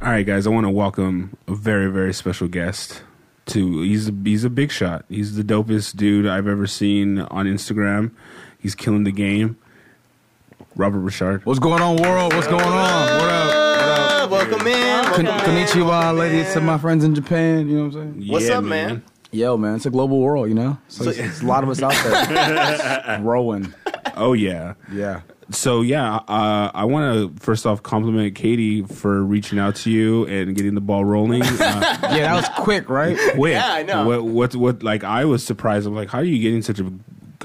All right, guys, I want to welcome a very, very special guest. To he's a, he's a big shot. He's the dopest dude I've ever seen on Instagram. He's killing the game. Robert Richard. What's going on, world? What's going on? What up? Welcome in. Kon- Welcome in. Konnichiwa, ladies, to my friends in Japan. You know what I'm saying? What's Yeah, up, man? Yo, man, it's a global world, you know? So it's, it's a lot of us out there. Growing. Oh yeah. Yeah. So yeah, uh, I want to first off compliment Katie for reaching out to you and getting the ball rolling. Uh, Yeah, that was quick, right? quick. Yeah, I know. What, what what like I was surprised. I'm like, how are you getting such a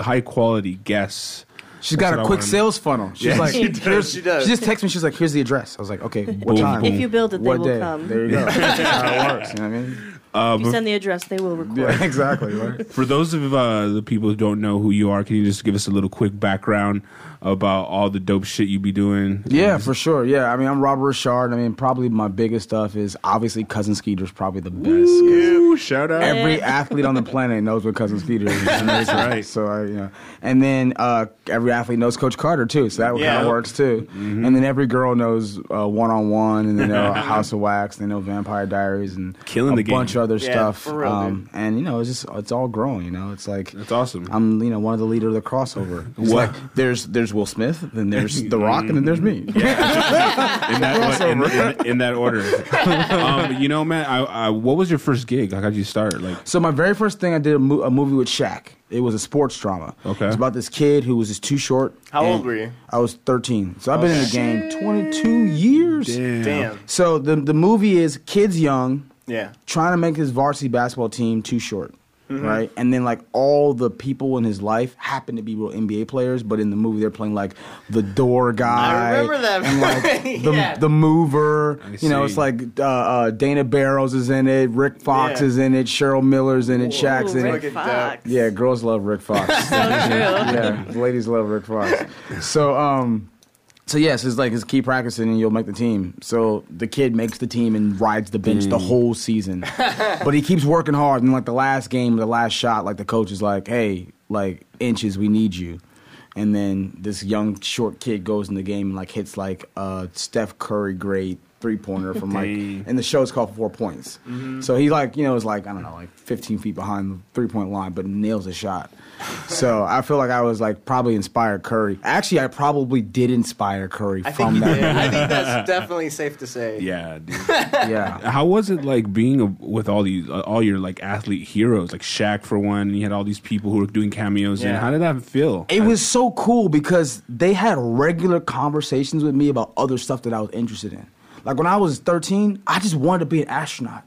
high quality guest? She's what got I a quick wanted. sales funnel. She's like, She does, here's- she does. just texted me. She's like, here's the address. I was like, okay, what Boom, time? boom. If you build it, they what will day? come. There you go. That's how it works. You know what I mean? If you send the address, they will record. Yeah, exactly. Right. For those of uh, the people who don't know who you are, can you just give us a little quick background about all the dope shit you be doing? Yeah, for sure. Yeah, I mean, I'm Robert Richard. I mean, probably my biggest stuff is obviously Cousin Skeeter's probably the best. Ooh, shout out. Every athlete on the planet knows what Cousin Skeeter is. That's right. So I, you know, and then uh, every athlete knows Coach Carter too. So that kind Yeah. of works too. Mm-hmm. And then every girl knows one on one, and they know House of Wax, they know Vampire Diaries, and Killing a the game. bunch of other Yeah, stuff. um, for real, and you know, it's just it's all grown. You know, it's like That's awesome. I'm you know one of the leader of the crossover. It's What? like there's there's Will Smith, then there's The Rock, and then there's me. in that, in, in- in that order. um, you know, man, I, I, what was your first gig? Like, how'd you start? Like, So my very first thing I did a, mo- a movie with Shaq. It was a sports drama. Okay. It was about this kid who was just too short. How and old were you? I was 13. So I've been in the game 22 years. Damn. So the the movie is kids young Yeah. trying to make his varsity basketball team too short. Mm-hmm. Right, and then like all the people in his life happen to be real NBA players, but in the movie they're playing like the door guy. remember that And like movie. the, Yeah. the mover. I You know, see. it's like uh, uh, Dana Barrows is in it, Rick Fox Yeah. is in it, Cheryl Miller's in it, Shaq's Ooh, in it. Look Rick at Fox. that. Yeah, girls love Rick Fox So true. yeah, ladies love Rick Fox. So, um, so yes, it's like it's keep practicing and you'll make the team. So the kid makes the team and rides the bench the whole season, but he keeps working hard. And like the last game, the last shot, like the coach is like, "Hey, like inches, we need you." And then this young short kid goes in the game and like hits like uh, Steph Curry grade three pointer from like, Dang. and the show's called for four points. So he like you know is like I don't know like 15 feet behind the three point line, but nails a shot. So I feel like I was like probably inspired Curry. Actually, I probably did inspire Curry I think from you that. did. I think that's definitely safe to say. yeah, dude. Yeah. How was it like being a, with all these, uh, all your like athlete heroes, like Shaq for one, and you had all these people who were doing cameos. And Yeah. how did that feel? It was so cool because they had regular conversations with me about other stuff that I was interested in. Like when I was 13, I just wanted to be an astronaut.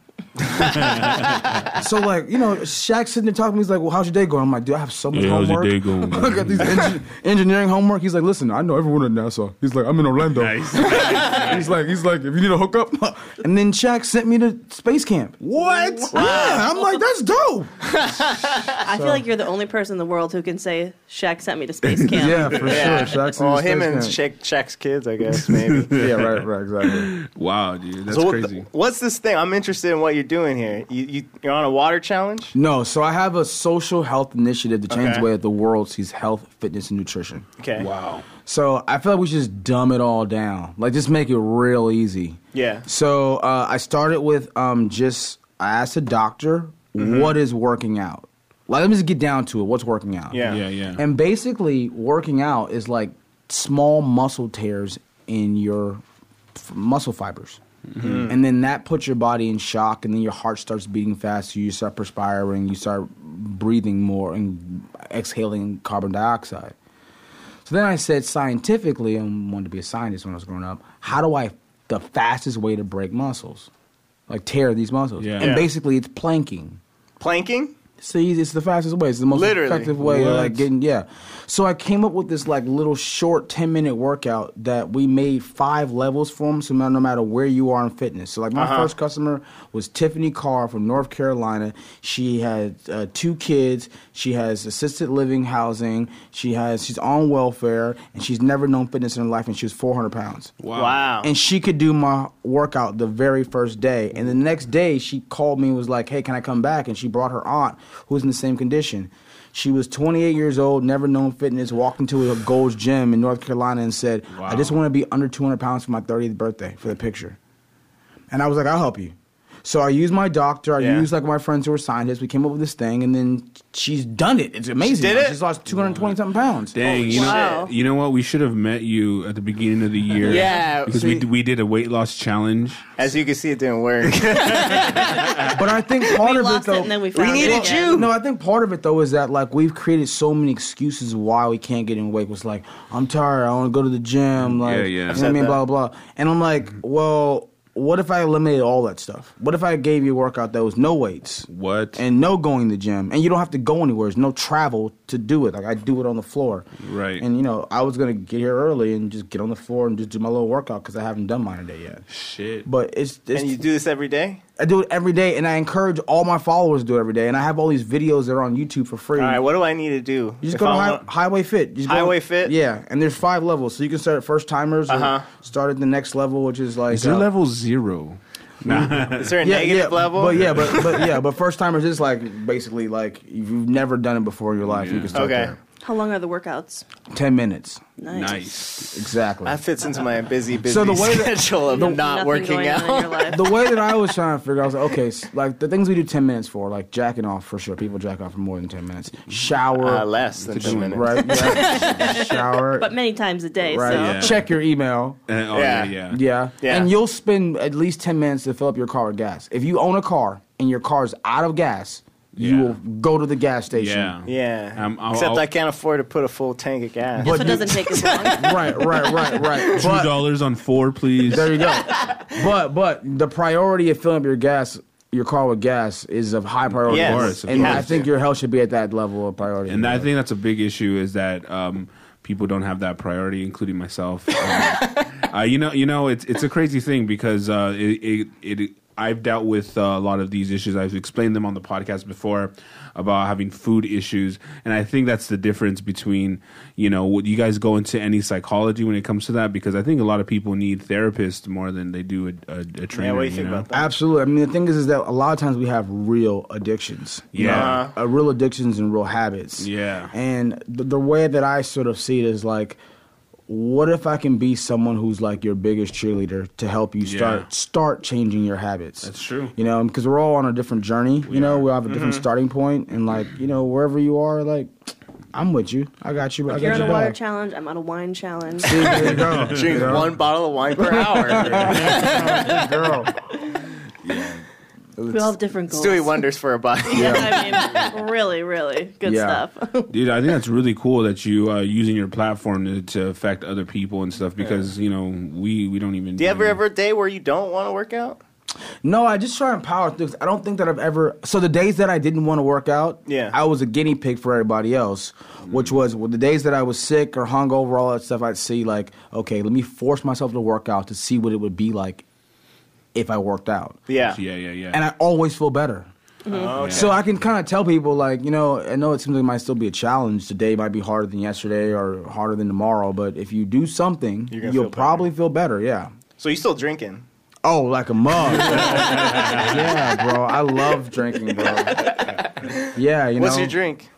so like, you know, Shaq sitting there talking to me, he's like, Well, how's your day going? I'm like, dude, I have so much Yeah, how's your homework. day going? I got these engi- engineering homework. He's like, listen, I know everyone at NASA. He's like, I'm in Orlando. he's like, he's like, if you need a hookup. And then Shaq sent me to space camp. What? Yeah, I'm like, that's dope. I feel like you're the only person in the world who can say Shaq sent me to space camp. Yeah, for Yeah. sure. Shaq sent well, me to Oh, him space and camp. Shaq, Shaq's kids, I guess, maybe. Yeah, right, right, exactly. wow, dude, that's So what the- crazy. what's this thing? I'm interested in what you're doing here. You, you you're on a water challenge. No, so I have a social health initiative to change Okay. the way that the world sees health, fitness, and nutrition. Okay. wow, So I feel like we should just dumb it all down, like just make it real easy. Yeah. So uh, I started with um, just I asked a doctor Mm-hmm. what is working out. Like, let me just get down to it. What's working out? Yeah. yeah, yeah. And basically, working out is like small muscle tears in your f- muscle fibers. Mm-hmm. And then that puts your body in shock, and then your heart starts beating faster. You start perspiring, you start breathing more, and exhaling carbon dioxide. So then I said scientifically, and wanted to be a scientist when I was growing up. How do I the fastest way to break muscles, like tear these muscles? Yeah. And Yeah. basically, it's planking. Planking. See, it's the fastest way. It's the most Literally. effective way of like What? getting yeah. So I came up with this like little short ten minute workout that we made five levels for them. So no no matter where you are in fitness. So like my first customer was Tiffany Carr from North Carolina. She had uh, two kids. She has assisted living housing. She has she's on welfare and she's never known fitness in her life. And she was four hundred pounds. Wow. Wow. And she could do my workout the very first day. And the next day, she called me and was like, hey, can I come back? And she brought her aunt, who was in the same condition. She was 28 years old, never known fitness, walked into a Gold's Gym in North Carolina and said, Wow. I just want to be under 200 pounds for my 30th birthday for the picture. And I was like, I'll help you. So I used my doctor. I Yeah. used like my friends who were scientists. We came up with this thing, and then she's done it. It's amazing. did now. it? She's lost 220 something pounds. Dang, you know, Wow. you know what? We should have met you at the beginning of the year. Yeah, because we we did a weight loss challenge. As you can see, it didn't work. But I think part we of lost it it, though. and then we found it needed again. you. No, I think part of it though is that like we've created so many excuses why we can't get in weight. Was like I'm tired. I want to go to the gym. Like Yeah, yeah. you know what I mean, Said blah that. blah. And I'm like, well, what if I eliminated all that stuff? What if I gave you a workout that was no weights What? and no going to the gym, and you don't have to go anywhere. There's no travel to do it. Like I do it on the floor. Right. And you know, I was gonna get here early and just get on the floor and just do my little workout because I haven't done mine today yet. shit. But it's, it's and you do this every day? I do it every day, and I encourage all my followers to do it every day. And I have all these videos that are on YouTube for free. All right, what do I need to do? you just if go to I hi- want- Highway Fit. You just go- Highway Fit? Yeah, and there's five levels, so you can start at first timers or Uh-huh. start at the next level, which is like Is your uh, level zero? Is there a yeah, negative yeah, level? But yeah, but, but yeah, but first timers is like basically like if you've never done it before in your life, you Yeah. can start Okay. How long are the workouts? there. Ten minutes, Nice. exactly. That fits into my busy, busy So the way that- schedule of not Nothing working going On in out. your life. the way that I was trying to figure out, I was like, okay, s- like the things we do 10 minutes for, like jacking off for sure. People jack off for more than 10 minutes. Shower. Uh, less than It's a two good one, minutes. right? yeah. Shower. but many times a day. right. So Yeah. Check your email. And- oh, Yeah. yeah, yeah. Yeah. Yeah. And you'll spend at least 10 minutes to fill up your car with gas. If you own a car and your car's out of gas, you Yeah. will go to the gas station. Yeah. Yeah. Um, I'll- Except I'll- I can't afford to put a full tank of gas. so it doesn't take as long. Right, right, right, right. Two But, dollars on four, please. there you go. But but the priority of filling up your gas your car with gas is of high priority. Yes. Of course, of and I course. think your health should be at that level of priority. And I think that's a big issue is that um, people don't have that priority, including myself. Um, uh, you know, you know, it's it's a crazy thing because uh, it, it it I've dealt with uh, a lot of these issues. I've explained them on the podcast before about having food issues, and I think that's the difference between you know what you guys go into any psychology when it comes to that because I think a lot of people need therapists more than they do a, a, a trainer. yeah, what do you think know? about that? Absolutely. I mean, the thing is, is that a lot of times we have real addictions. you Yeah. know, uh, real addictions and real habits. Yeah. And the, the way that I sort of see it is like, what if I can be someone who's like your biggest cheerleader to help you start Yeah. start changing your habits? That's true. Mm-hmm. You know, because we're all on a different journey. you know, we all have a different starting point, and like, you know, wherever you are, like, I'm with you. I got you. I You're got on your a water back. challenge. I'm on a wine challenge. There you go. Drink one bottle of wine per hour. girl. we all have different goals. Stewie wonders for a body. I mean, really, really good Yeah. stuff. Dude, I think that's really cool that you uh, using your platform to, to affect other people and stuff because you know we we don't even. Do you ever ever a day where you don't want to work out? No, I just try and power through. 'cause I don't think that I've ever. So the days that I didn't want to work out, Yeah. Mm. I was a guinea pig for everybody else, which was well, the days that I was sick or hungover, all that stuff. I'd see like, okay, let me force myself to work out to see what it would be like if I worked out, Yeah. Oh, Yeah, yeah, yeah. and I always feel better. So I can kind of tell people like, you know, I know it seems like it might still be a challenge. Today might be harder than yesterday or harder than tomorrow, but if you do something, You're gonna you'll feel better. probably feel better. Yeah. So you still drinking? Oh, like a mug. yeah, bro. I love drinking, bro. Yeah, you What's know. your drink?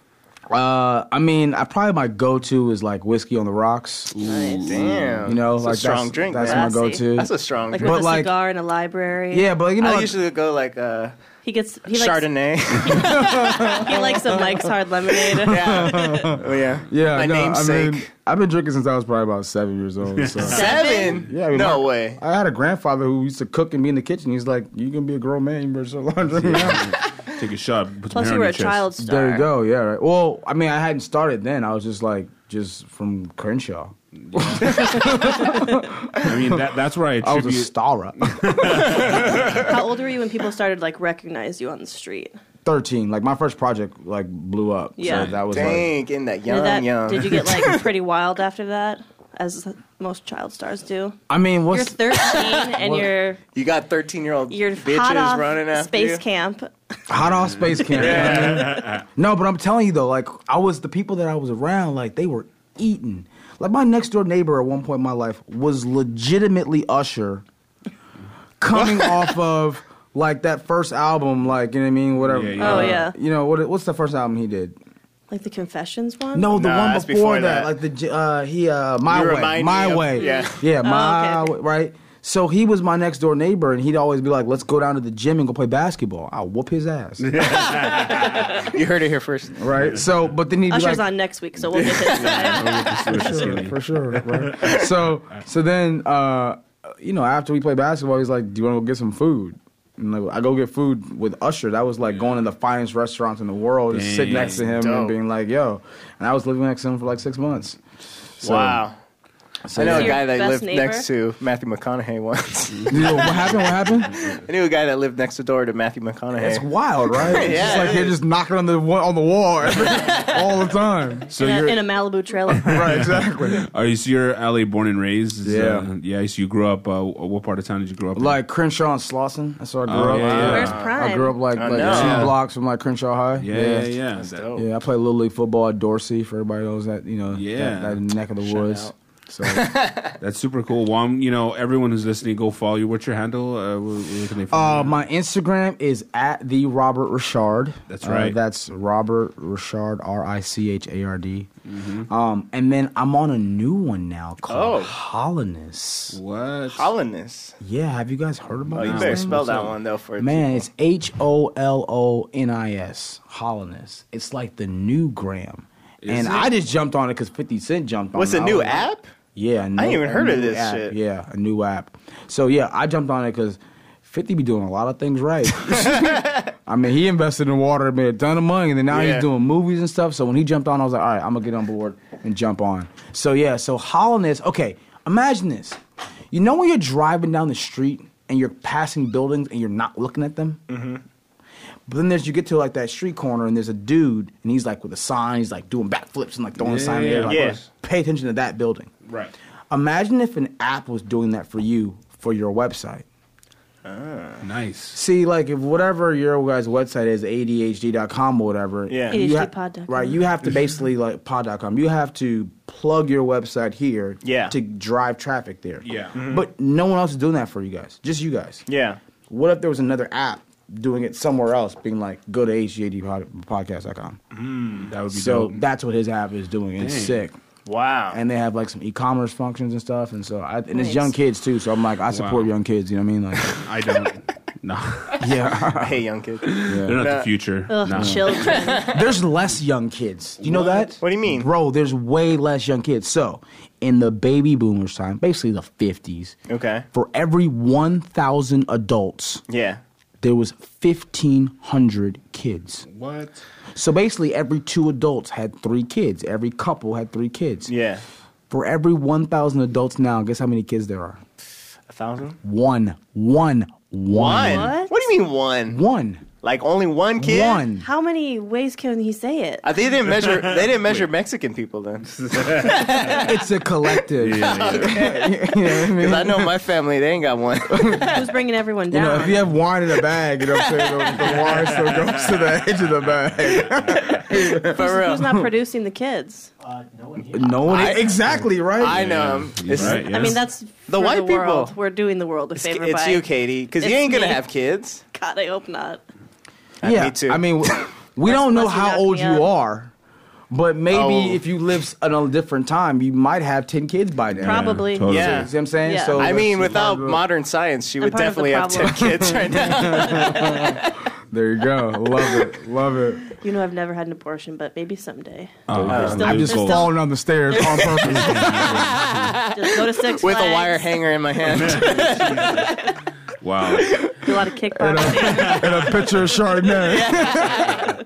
Uh, I mean, I probably my go-to is like whiskey on the rocks. nice. Damn. You know, It's like a strong that's, drink. That's man. my go-to. That's a strong Like drink. with a like- cigar in a library. yeah, but you know, I like, usually go like uh, He gets he likes Chardonnay. he likes a Mike's hard lemonade. yeah. Oh, yeah. yeah, My no, I namesake. mean, I've been drinking since I was probably about seven years old. So. Seven? Yeah, I mean, no my- way. I had a grandfather who used to cook and be in the kitchen. He's like, "You can be a grown man, you better start laundry." take a shot. Put some Plus, hair you on your were a chest. child star. There you go. Yeah. Right. Well, I mean, I hadn't started then. I was just like, just from Crenshaw. I mean, that, that's where I I was a attribute. star up. How old were you when people started like recognize you on the street? 13 like my first project like blew up Yeah. so that was like Dang, in that young, did, that, young. did you get like pretty wild after that, as most child stars do? i mean You're what's 13 and you're You got 13 year old you're bitches hot off running after space you. camp. hot off space camp no but i'm telling you though like i was the people that i was around like they were eating like my next door neighbor at one point in my life was legitimately usher coming off of like that first album like you know what i mean whatever Uh, Yeah, yeah. Oh, yeah. you know what what's the first album he did Like the Confessions one? No, the Nah, one that's before, before that. that. like the j- uh, he uh, my You way, remind my me of- way, yeah. yeah, my Oh, okay. way, right. So he was my next door neighbor, and he'd always be like, "Let's go down to the gym and go play basketball." I'll whoop his ass, You heard it here first. right? So, but then he'd be Usher's like, Oh, on next week, so we'll get this. I'll get the switch for sure, skinny. for sure. Right? so so then uh, you know after we play basketball, he's like, "Do you want to go get some food?" And like, I go get food with Usher. That was like going to the finest restaurants in the world, just sitting next to him and dope. being like, "Yo," and I was living next to him for like six months. So, wow. I Is know a he your guy that best lived neighbor? next to Matthew McConaughey once. You know, what happened? What happened? I knew a guy that lived next door to Matthew McConaughey. It's wild, right? It's just Yeah, like it they're is. just knocking on the wa- on the wall every- all the time. So in, a, you're in a Malibu trailer. Right, exactly. are you so you're LA born and raised? Is, Yeah. uh, yeah. So you grew up. Uh, what part of town did you grow up? in? Like Crenshaw and Slauson. That's where I grew Oh, up. yeah, yeah. Where's I grew up Prime? like, I like know. two blocks from like Crenshaw High. Yeah, yeah, yeah. That's That- dope. Yeah, I play little league football at Dorsey for everybody knows that you know Yeah. that, that neck of the woods. out. So That's super cool. Well, I'm, you know, everyone who's listening, go follow you. What's your handle? Uh, where, where can they follow uh, you? my Instagram is at the Robert Richard. That's Uh, right. that's Robert Richard R I C H A R D. Um, and then I'm on a new one now called Oh. Holliness. What? Hollandness. Yeah, have you guys heard about Oh, you this better thing? spell that one though for Man, it's H O L O N I S, Holliness. It's like the new Graham. and it? I just jumped on it because 50 Cent jumped on What's it. a I new was like, app? Yeah, a new, ain't even a heard of new this app. shit. Yeah, a new app. So yeah, I jumped on it because Fifty be doing a lot of things right. I mean, he invested in water, made a ton of money, and then now Yeah. he's doing movies and stuff. So when he jumped on, I was like, all right, I'm gonna get on board and jump on. So yeah, so hollowness. Okay, imagine this. You know when you're driving down the street and you're passing buildings and you're not looking at them. Mm-hmm. But then there's you get to like that street corner and there's a dude and he's like with a sign, he's like doing backflips and like throwing a sign in the air. Yeah, Like, yeah. Pay attention to that building. Right. Imagine if an app was doing that for you for your website. Nice. See, like if whatever your guys' website is, ADHD.com or whatever. Yeah. you ha- ADHDpod.com. Right. You have to basically like pod.com. You have to plug your website here Yeah. to drive traffic there. Yeah. But no one else is doing that for you guys. Just you guys. Yeah. What if there was another app doing it somewhere else, being like, go to HDHDpodcast.com? That would be So dope. that's what his app is doing. It's Dang. sick. Wow. And they have like some e-commerce functions and stuff, and so I, and it's Nice. young kids too. So I'm like, I support Wow. young kids. You know what I mean? Like, I don't. No, yeah. hey, young kid. they're not the Nah. future. Ugh, No. children. There's less young kids. Do you know that? What do you mean? Bro, there's way less young kids. So, in the baby boomers' time, basically the 50s, Okay. for every 1,000 adults, Yeah. there was 1,500 kids. What? So basically every two adults had 3 kids. Every couple had 3 kids. Yeah. For every 1,000 adults now, guess how many kids there are? A thousand? One. One. One. One. What? do you mean one? One. Like only one kid? One. How many ways can he say it? I think they didn't measure. They didn't measure Mexican people then, because It's a collective. You know what I mean? I know my family they ain't got one. Who's bringing everyone You down? know, if you have wine in a bag, you know what I'm saying? The, the wine still goes to the edge of the bag. For real. Who's not producing the kids? No one I- exactly right. I know 'em. You're It's, right, yeah. I mean, that's for white the world. people. We're doing the world a it's, favor it's by you, Katie, because you It's ain't gonna me. have kids. God, I hope not. yeah, me too. I mean, w- we don't know Unless you how knock old me you up. are, but maybe Oh. if you live at a different time, you might have ten kids by then. Yeah, Probably. totally. Yeah. You see what I'm saying? Yeah. So I that's mean, the without problem. modern science, she would part of the definitely have ten problem. kids right now. there you go. Love it. Love it. You know, I've never had an abortion, but maybe someday. Oh, There's still- I'm just there's falling down the stairs on purpose. Just go to Six With a Flags, wire hanger in my hand. Wow. Do a lot of uh, kickboxing. and a picture of Chardonnay.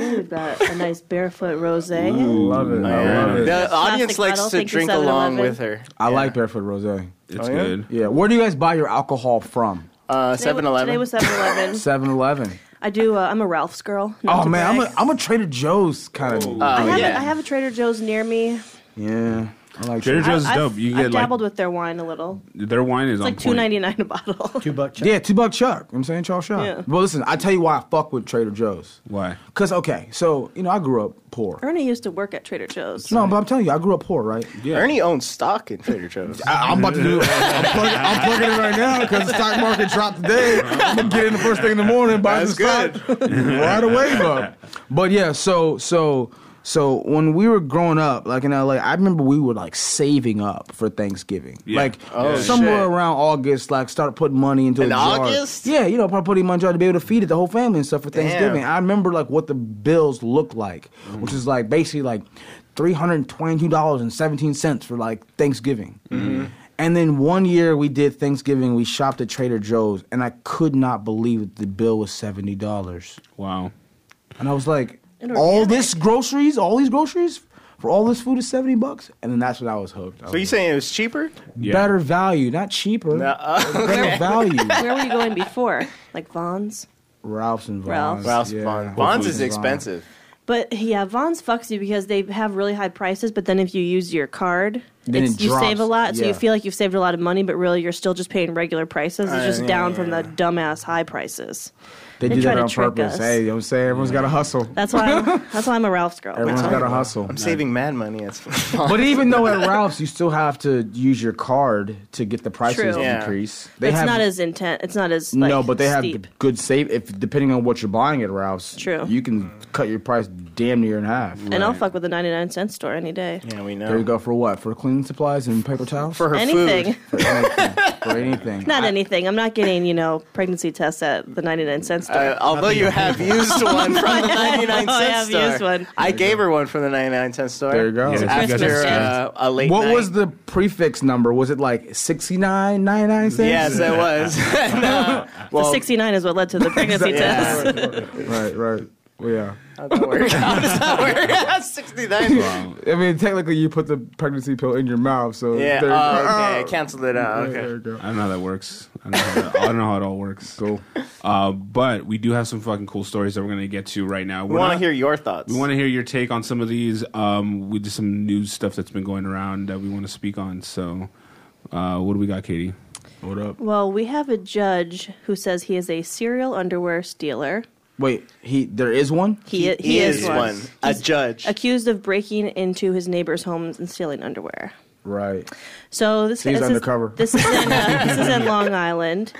Ooh, that- a nice barefoot rosé. Love it. I love it. The audience likes bottle, to thank you, drink along 7-Eleven. with her. Uh, I like barefoot rosé. It's Oh, yeah? good. Yeah. Where do you guys buy your alcohol from? Uh, Today was- 7 Today Eleven. was 7-Eleven. 7-Eleven. I do. Uh, I'm a Ralph's girl. not Oh to Oh, man, I'm a brag. I'm a Trader Joe's kind of. I have, yeah. I have a Trader Joe's near me. Yeah, I like Trader I- Joe's is I've- dope. You I've get dabbled like with their wine a little. their wine is It's on like two point. ninety nine a bottle. Two buck check. Yeah, two buck chuck. You know what I'm saying Charles Shaw. Yeah. Well, listen, I tell you why I fuck with Trader Joe's. Why? Cause okay, so you know I grew up poor. Ernie used to work at Trader Joe's. No, but I'm telling you, I grew up poor, right? Ernie owns stock in Trader Joe's. I, I'm about to do. I'm plugging, I'm plugging it right now because the stock market dropped today. I'm gonna get in the first thing in the morning, buy That's some stock, ride a wave up. But yeah, so so So when we were growing up, like in LA, I remember we were like saving up for Thanksgiving. Yeah. Like Oh, somewhere shit. around August, like start putting money into In a jar. August? Yeah, you know, probably putting money in a jar to be able to feed it the whole family and stuff for Thanksgiving. I remember like what the bills looked like, Mm-hmm. which is like basically like three hundred twenty-two dollars and seventeen cents for like Thanksgiving. Mm-hmm. And then one year we did Thanksgiving, we shopped at Trader Joe's, and I could not believe that the bill was seventy dollars. Wow. And I was like, And all organic. this groceries, all these groceries for all this food is 70 bucks? And then that's when I was hooked. I So you was saying it was cheaper? Uh, like, better value, not cheaper. Nuh-uh. Better value. Where were you going before? Like Vaughn's? Ralph's and Vaughn's. Ralph's. Ralph's yeah. Vons. Hopefully Vons is Vons. expensive. But yeah, Vaughn's fucks you because they have really high prices. But then if you use your card, Then it's, it you drops, save a lot. So yeah. you feel like you've saved a lot of money, but really you're still just paying regular prices. It's Uh, just yeah, down yeah, from the dumbass high prices. They, They do try that to on trick purpose. us. Hey, you know what I'm saying? Everyone's got to hustle. That's why. I'm, that's why I'm a Ralph's girl. Everyone's got to hustle. I'm saving mad money at But even though at Ralph's you still have to use your card to get the prices True. Yeah. decrease. it's not as intent. It's not as like, no, but they steep. have good save. If depending on what you're buying at Ralph's, True. you can cut your price damn near in half. And I'll fuck with a 99 cent store any day. Yeah, we know. There you go for what? For cleaning supplies and paper towels? For her Anything. food. For anything. for anything. Not anything. I'm not getting, you know, pregnancy tests at the 99 cent store. Uh, although you have used one from the 99 cent I have store. used one. I gave her one from the 99 cent store. There you go. Yeah, Christmas you guys After gift. are uh, a late What night. was the prefix number? Was it like 69, 99 cents? Yes, it was. And, uh, well, the 69 is what led to the pregnancy Yeah. test. Right, right. Well, yeah. How'd that work? How does that work? 69. Wow. I mean, technically, you put the pregnancy pill in your mouth, so Yeah. there you go. Ah! Oh, okay. Cancel it Yeah, out. there you Okay. go. I don't know how that works. I don't know how, that, I don't know how it all works. Cool. Uh, but we do have some fucking cool stories that we're going to get to right now. We want to hear your thoughts. We want to hear your take on some of these. Um, we did some news stuff that's been going around that we want to speak on. So, uh, what do we got, Katie? Hold up. Well, we have a judge who says he is a serial underwear stealer. Wait, he there is one? He, he, is, one. A judge. Accused of breaking into his neighbor's homes and stealing underwear. Right. So this he's this is- undercover. This is in, uh, this is in Long Island,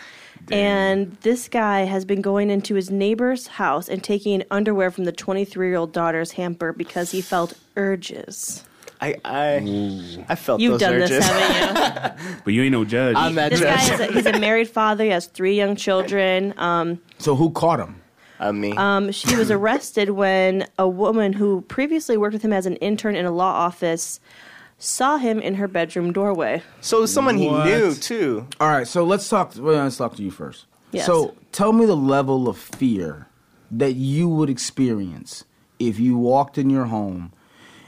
and this guy has been going into his neighbor's house and taking underwear from the 23 year old daughter's hamper because he felt urges. I, I, I felt You've those done urges. this, haven't you? But you ain't no judge. I'm that this guy judge. is a, he's a married father. He has three young children. Um, So who caught him? I'm me. um, she was arrested when a woman who previously worked with him as an intern in a law office saw him in her bedroom doorway. so someone what? he knew too. All right, so let's talk. Well, let's talk to you first. Yes. So tell me the level of fear that you would experience if you walked in your home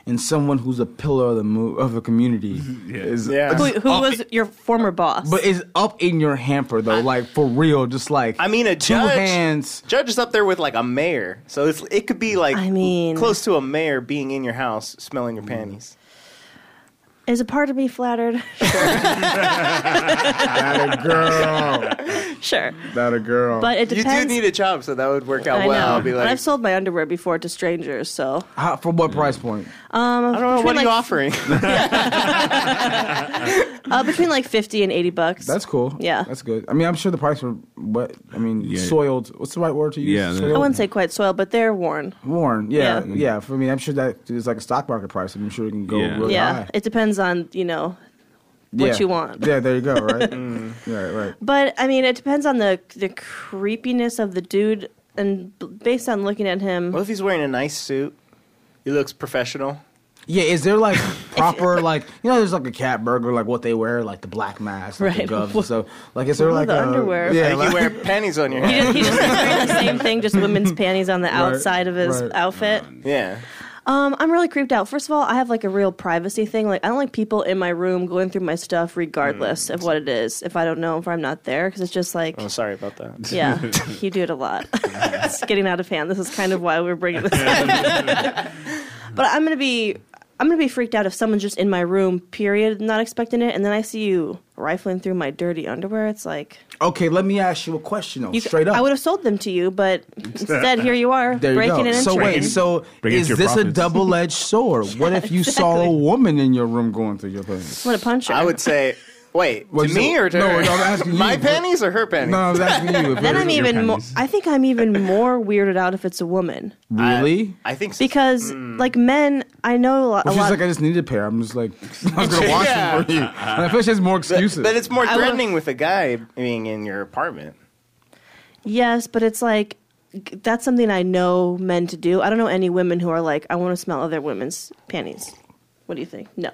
and someone who's a pillar of the mo- of a community is Yeah. Who, who up- was your former boss? but is up in your hamper though, like for real, just like I mean, a two judge. hands. Judge is up there with like a mayor, so it's, it could be like I mean- close to a mayor being in your house smelling your panties. Is a part of me flattered? That a girl. sure. that a girl. But it You do depends. need a job, so that would work out I well. know. I'll be But like, I've sold my underwear before to strangers, so How, for what price point? I don't know, what are between you like- offering? uh, between like fifty and eighty bucks. That's cool. Yeah. that's good. I mean, I'm sure the price were what? I mean, Yeah. soiled. What's the right word to use? Yeah, the- I Soiled? wouldn't say quite soiled, but they're worn. Warren, yeah, yeah. Yeah. for me, I'm sure that is like a stock market price. I'm sure it can go Yeah. really yeah, high. it depends on you know what Yeah. you want. Yeah, there you go. Right. Right. Right. But I mean, it depends on the the creepiness of the dude, and b- based on looking at him, what if he's wearing a nice suit? He looks professional. Yeah. Is there like proper like you know? There's like a cat burglar, like what they wear, like the black mask, like the Right. gloves, and stuff. Like is there What like about the a- underwear? Yeah. Like like- you wear panties on your he head. just, he just is wearing the same thing, just women's panties on the outside of his right. outfit. Yeah. Um, I'm really creeped out. First of all, I have like a real privacy thing. Like, I don't like people in my room going through my stuff, regardless Mm. of what it is. If I don't know, if I'm not there, because it's just like, Oh, I'm sorry about that. yeah, you do it a lot. it's getting out of hand. This is kind of why we're bringing this. up. but I'm gonna be, I'm gonna be freaked out if someone's just in my room, period, not expecting it, and then I see you rifling through my dirty underwear. It's like, okay, let me ask you a question though, you, straight up. I would have sold them to you, but instead, here you are there you breaking go. an entry. so wait, so Bring it to is your this a profits. double-edged sword? What if you saw a woman in your room going through your things? I'm gonna punch her. I would say, Wait, Wait, to so- me or to no, her? no, I'm asking you. My panties or her panties? No, I was asking you. If Then it- I'm your even more. panties. I think I'm even more weirded out if it's a woman really. I think so. because like men, I know a lot. A She's lot like, I just needed a pair. I'm just like, I was gonna wash them for you. And I feel like she has more excuses. But it's more I will- threatening. Thing with a guy being in your apartment. yes, but it's like g- that's something I know men to do. I don't know any women who are like, I want to smell other women's panties. What do you think? No.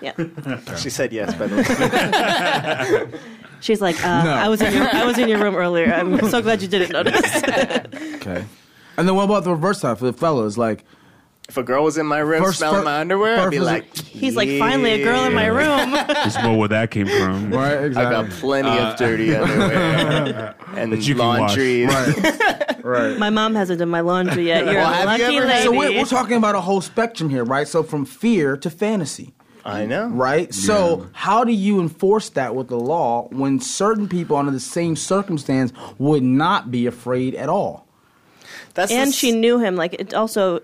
Yeah. She said yes, by the way. She's like, uh, No. I was in your, I was in your room earlier. I'm so glad you didn't notice. okay. And then what about the reverse side for the fellas? Like, If a girl was in my room First- smelling fir- my underwear, I'd be first- like, He's like, finally a girl in my room. Just know where that came from. right? I got Exactly. plenty of dirty underwear and Uh, you can wash. laundry. Right. right. My mom hasn't done my laundry yet. You're Well, a have you lucky ever- lady. So we're, we're talking about a whole spectrum here, right? So from fear to fantasy, I know. right? So how do you enforce that with the law when certain people under the same circumstance would not be afraid at all? That's and the- she knew him. Like, it also,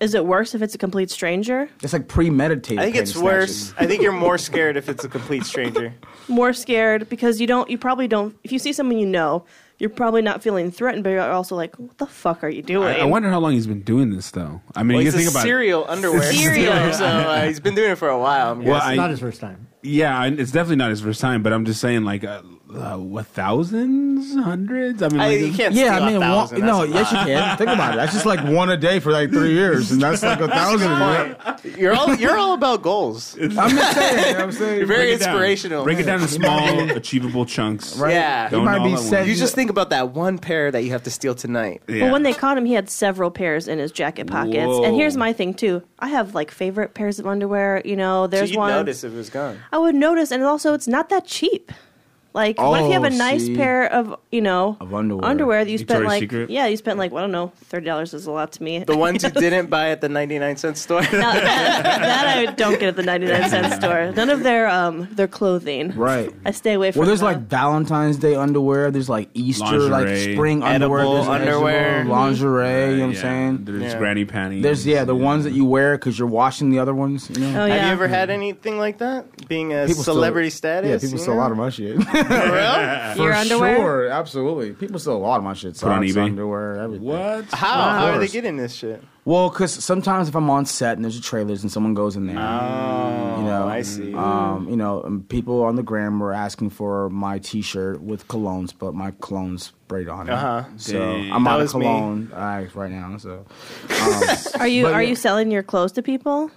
is it worse if it's a complete stranger? It's like premeditated. I think it's worse. I think you're more scared if it's a complete stranger. More scared because you don't, you probably don't, if you see someone you know, you're probably not feeling threatened, but you're also like, what the fuck are you doing? I, I wonder how long he's been doing this though. I mean, Well, you he's gotta a think about. it. serial underwear Serial. dealer, so uh, he's been doing it for a while. I'm Well, guessing. I- not his first time. yeah, and it's definitely not his first time, but I'm just saying, like, uh, uh, what thousands, hundreds? I mean, I, like, you can't Yeah, steal I mean, a thousand. one, no, that's a yes, you can. Think about it. That's just like one a day for like three years, and that's like a thousand. right? lot. You're all you're all about goals. I'm just saying. I'm saying. You're very break it down. inspirational. Break it down in small, achievable chunks. Right? Yeah. He might Don't be all at set. once. You just think about that one pair that you have to steal tonight. Yeah. Well, when they caught him, he had several pairs in his jacket pockets. Whoa. And here's my thing too: I have like favorite pairs of underwear. You know, So there's you'd one notice if it was gone. I would notice, and also it's not that cheap. Like, what if you have Oh, a nice see. pair of you know Of underwear. that you spent Victoria's like Secret? yeah, you spent like well, I don't know, thirty dollars is a lot to me. The ones you didn't buy at the 99 cent store. Now, that, that I don't get at the ninety nine cent store. None of their um their clothing. Right. I stay away from. Well, there's that. like Valentine's Day underwear. There's like Easter, like Lingerie. spring underwear. Edible There's underwear. vegetable lingereer. you know what I'm Yeah. saying? There's Yeah. granny panties. There's yeah, the ones that you wear because you're washing the other ones. You know? Oh, Have yeah. you ever had anything like that? Being a People still- celebrity yeah, status? people you sell a know? lot of my shit. For real? your underwear? Sure, absolutely. People sell a lot of my shit. Put on Socks, eBay. underwear, everything. What? How? How are they course. getting this shit? Well, because sometimes if I'm on set and there's a trailers and someone goes in there, Ah, you know, Oh, I see. Um, you know, and people on the gram were asking for my T-shirt with colognes, but my cologne sprayed on it. Uh-huh. So Dang. I'm That out of was me. cologne uh, right now. So um, Are you But are yeah. you selling your clothes to people?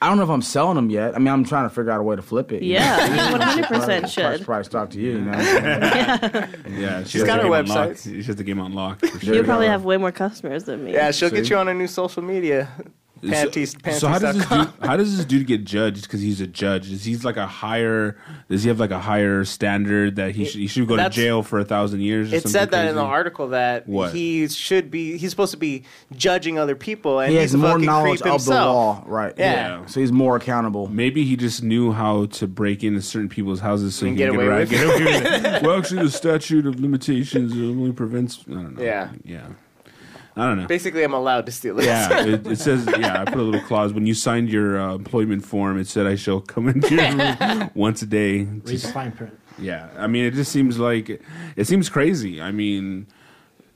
I don't know if I'm selling them yet. I mean, I'm trying to figure out a way to flip it. you know? Yeah, one hundred percent Price, should. price talk to you. you know what I'm saying? Yeah, she She's has got the her game websites. unlocked. She has the game unlocked. For sure. You probably have way more customers than me. Yeah, she'll get See? you on a new social media. Panties, panties. So how does this dude, how does this dude get judged? Because he's a judge. Is he's like a higher? Does he have like a higher standard that he should he should go to That's- jail for a thousand years? Or It something said that in the crazy? article that What? he should be. He's supposed to be judging other people, and he he's has a more fucking knowledge creep of the himself. law, right? Yeah. So he's more accountable. Maybe he just knew how to break into certain people's houses so he And could get, get away around. with Get away with it. well, actually, the statute of limitations only prevents. I don't know. Yeah. yeah. I don't know. Basically, I'm allowed to steal it. Yeah, it, it says. Yeah, I put a little clause when you signed your uh, employment form. It said I shall come into your room once a day. to Read the fine print. Yeah, I mean, it just seems like it seems crazy. I mean,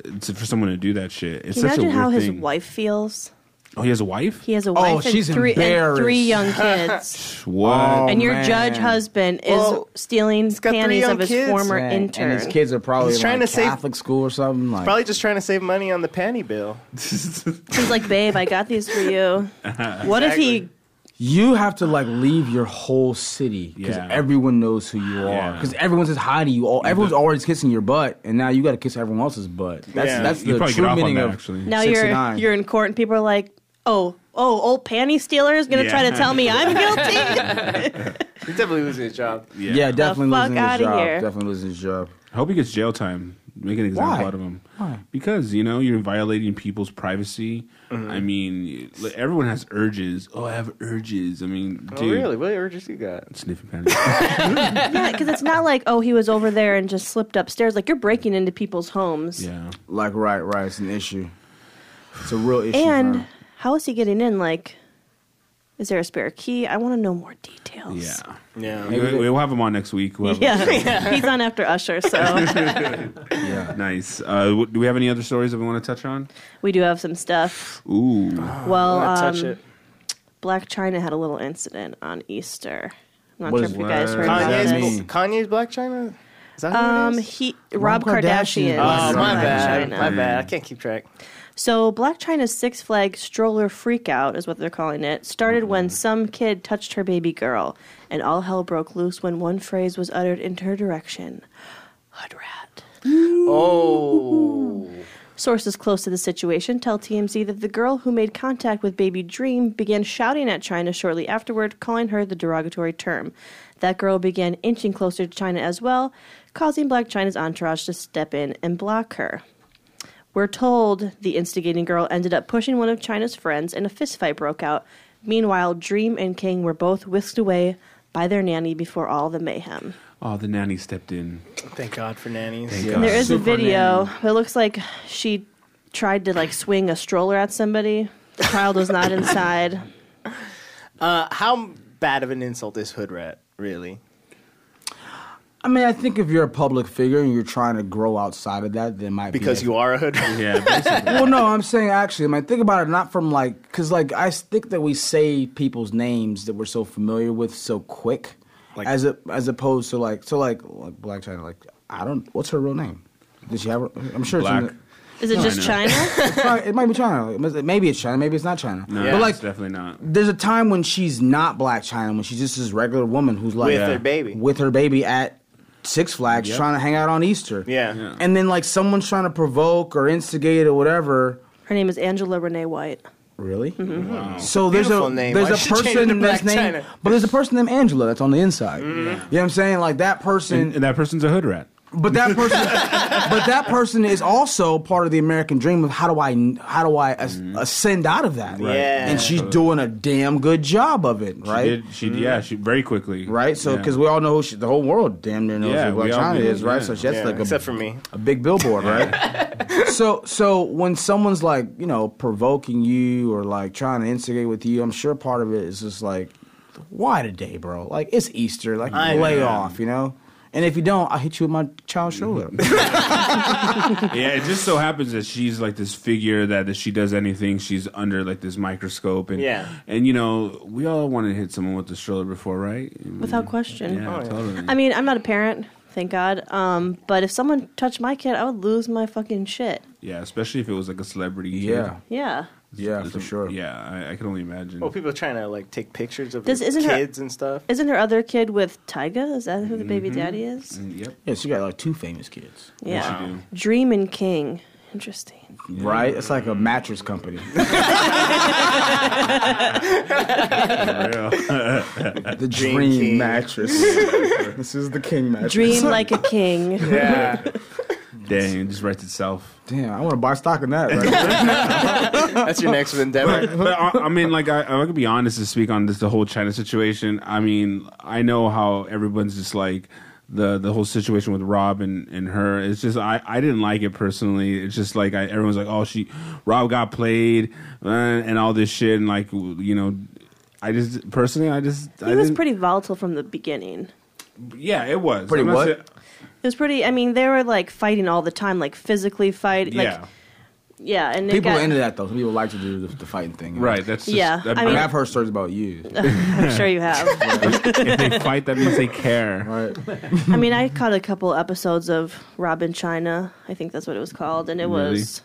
it's, for someone to do that shit, it's Can you such a imagine weird how his thing. wife feels? Oh, he has a wife. He has a Oh, wife and, she's three, and three embarrassed. young kids. what? Oh, and your man. judge husband is Well, stealing got three panties young of his kids. former Man, intern. And his kids are probably He's trying like to save- Catholic school or something. Like, Probably just trying to save money on the panty bill. He's like, babe, I got these for you. What if he? You have to like leave your whole city because Yeah. everyone knows who you are. Yeah. Because everyone's just hi to you. All everyone's always kissing your butt, and now you got to kiss everyone else's butt. That's Yeah. that's You the probably get true off on meaning that of actually. Now 69. you're you're in court and people are like, oh, oh, old panty stealer is gonna try Yeah. to tell me I'm guilty. He's definitely losing his job. yeah, definitely fuck losing his outta job. here. Definitely losing his job. I hope he gets jail time. Make an example Why? out of him. Why? Because you know you're violating people's privacy. Mm-hmm. I mean, like, everyone has urges. Oh, I have urges. I mean, dude, Oh, really? What urges you got? sniffing panties. yeah, because it's not like, oh, he was over there and just slipped upstairs. Like you're breaking into people's homes. yeah. Like right, right. It's an issue. It's a real issue. And man. how is he getting in? Like, Is there a spare key? I want to know more details. Yeah. Yeah. We, we'll have him on next week. We'll have him. Yeah. He's on after Usher, so Yeah. Nice. Uh, w- do we have any other stories that we want to touch on? we do have some stuff. Ooh. Well, I'm gonna Oh, touch um, it. Black China had a little incident on Easter. I'm not What sure is- if you guys what heard does about that this. mean? Kanye's, Kanye's Black China? Is that who Um, it is? he Rob Rob, Kardashian. Kardashian. Oh, is Oh, my Blac bad. Chyna. My bad. I can't keep track. So Black China's Six Flag stroller freakout is what they're calling it started when some kid touched her baby girl, and all hell broke loose when one phrase was uttered in her direction: "Hood rat." Oh. Sources close to the situation tell TMZ that the girl who made contact with Baby Dream began shouting at China shortly afterward, calling her the derogatory term. That girl began inching closer to China as well, causing Black China's entourage to step in and block her. We're told the instigating girl ended up pushing one of China's friends and a fistfight broke out. Meanwhile, Dream and King were both whisked away by their nanny before all the mayhem. Oh, the nanny stepped in. Thank God for nannies. Thank Yeah. God. There is a Super video. nanny. but It looks like she tried to like swing a stroller at somebody. The child was not inside. Uh, how bad of an insult is hood rat, really? I mean, I think if you're a public figure and you're trying to grow outside of that, then might Because be you are a hood rat. Yeah. basically. well, no, I'm saying actually, I mean, think about it not from like, because like I think that we say people's names that we're so familiar with so quick, Like- as a, as opposed to like, so like, like Black China, like I don't, what's her real name? Did she have? her- I'm sure Black. it's in Is it just I China? the, it's probably- it might be China. It must- Maybe it's China. Maybe it's not China. No, but like, it's definitely not. there's a time when she's not Black China, when she's just this regular woman who's like With her baby. with her baby at Six Flags, Yep. trying to hang out on Easter. Yeah. Yeah. and then like someone's trying to provoke or instigate or whatever. Her name is Angela Renee White. Really? Wow. So there's Mm-hmm. Beautiful a name. Why there's a should you change it to person that's Black named, China? Mm-hmm. but there's a person named Angela that's on the inside. You know what I'm saying? Like that person, And, and that person's a hood rat. but that person, but that person is also part of the American dream of how do I how do I as- Mm-hmm. ascend out of that? Right. Yeah. And she's doing a damn good job of it, She right? Mm. did. She yeah. She very quickly. Right, so Yeah. because we all know who she, the whole world damn near knows Yeah, who Blac we all China do, is, right? yeah. So that's Yeah, like a, except for me. a big billboard, right? so, so when someone's like you know provoking you or like trying to instigate with you, I'm sure part of it is just like, why today, bro? Like it's Easter, like I lay know. off, you know. And if you don't, I'll hit you with my child shoulder. Mm-hmm. yeah, it just so happens that she's like this figure that if she does anything, she's under like this microscope, and Yeah. and you know, we all want to hit someone with the stroller before, right? Oh, Without question. yeah, yeah. totally. I mean, I'm not a parent, thank God. Um, but if someone touched my kid, I would lose my fucking shit. yeah, especially if it was like a celebrity. kid. yeah, Yeah. yeah, for sure. Yeah, I, I can only imagine. Well, Oh, people trying to like take pictures of Does- their isn't her- kids and stuff. Isn't her other kid with Tyga? Is that who the Mm-hmm. baby daddy is? yep. Yeah, she got like two famous kids, Yeah. you do. Dream and King. Interesting. right? It's like a mattress company. For real. the Dream Dream, King. Mattress. this is the King mattress. Dream like a king. Yeah. Dang, it just writes itself. Damn, I want to buy stock in that. Right? That's your next endeavor. but uh, I, I mean, like, I, I could be honest to speak on this the whole China situation. I mean, I know how everyone's just like the the whole situation with Rob and, and her. It's just I, I didn't like it personally. It's just like I, everyone's like, oh, she Rob got played uh, and all this shit, and like you know. I just personally, I just I He was didn't- pretty volatile from the beginning. Yeah, it was Pretty I'm not what? saying- It was pretty. I mean, they were like fighting all the time, like physically fight. Like, yeah, yeah, and they People got, are into that though. Some people like to do the, the fighting thing. you know? right. That's just, Yeah, That, I I mean, mean- I've heard stories about you. I'm sure you have. if they fight, that means they care. Right? I mean, I caught a couple episodes of Robin China. I think that's what it was called, and it Really? was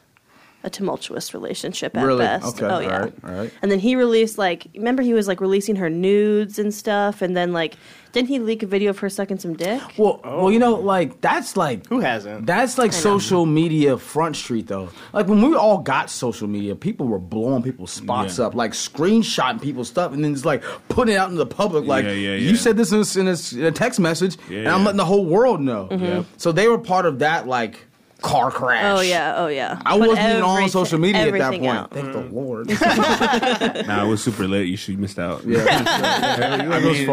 a tumultuous relationship at really? best. Okay. oh yeah. All right. All right. And then he released like remember he was like releasing her nudes and stuff, and then like didn't he leak a video of her sucking some dick? Well, well, you know, like that's like Who hasn't? that's like social media front street though. Like when we all got social media, people were blowing people's spots Yeah. up, like screenshotting people's stuff, and then just like putting it out in the public. Like Yeah, yeah, you yeah. said this in a, in a, in a text message, Yeah, and I'm yeah. letting the whole world know. Yep. So they were part of that like car crash. Mm-hmm. Oh yeah, oh yeah. I Put wasn't even on everything- social media at that everything point. out. Mm-hmm. Thank the Lord. Nah, it was super late. You should you missed out. yeah, I mean,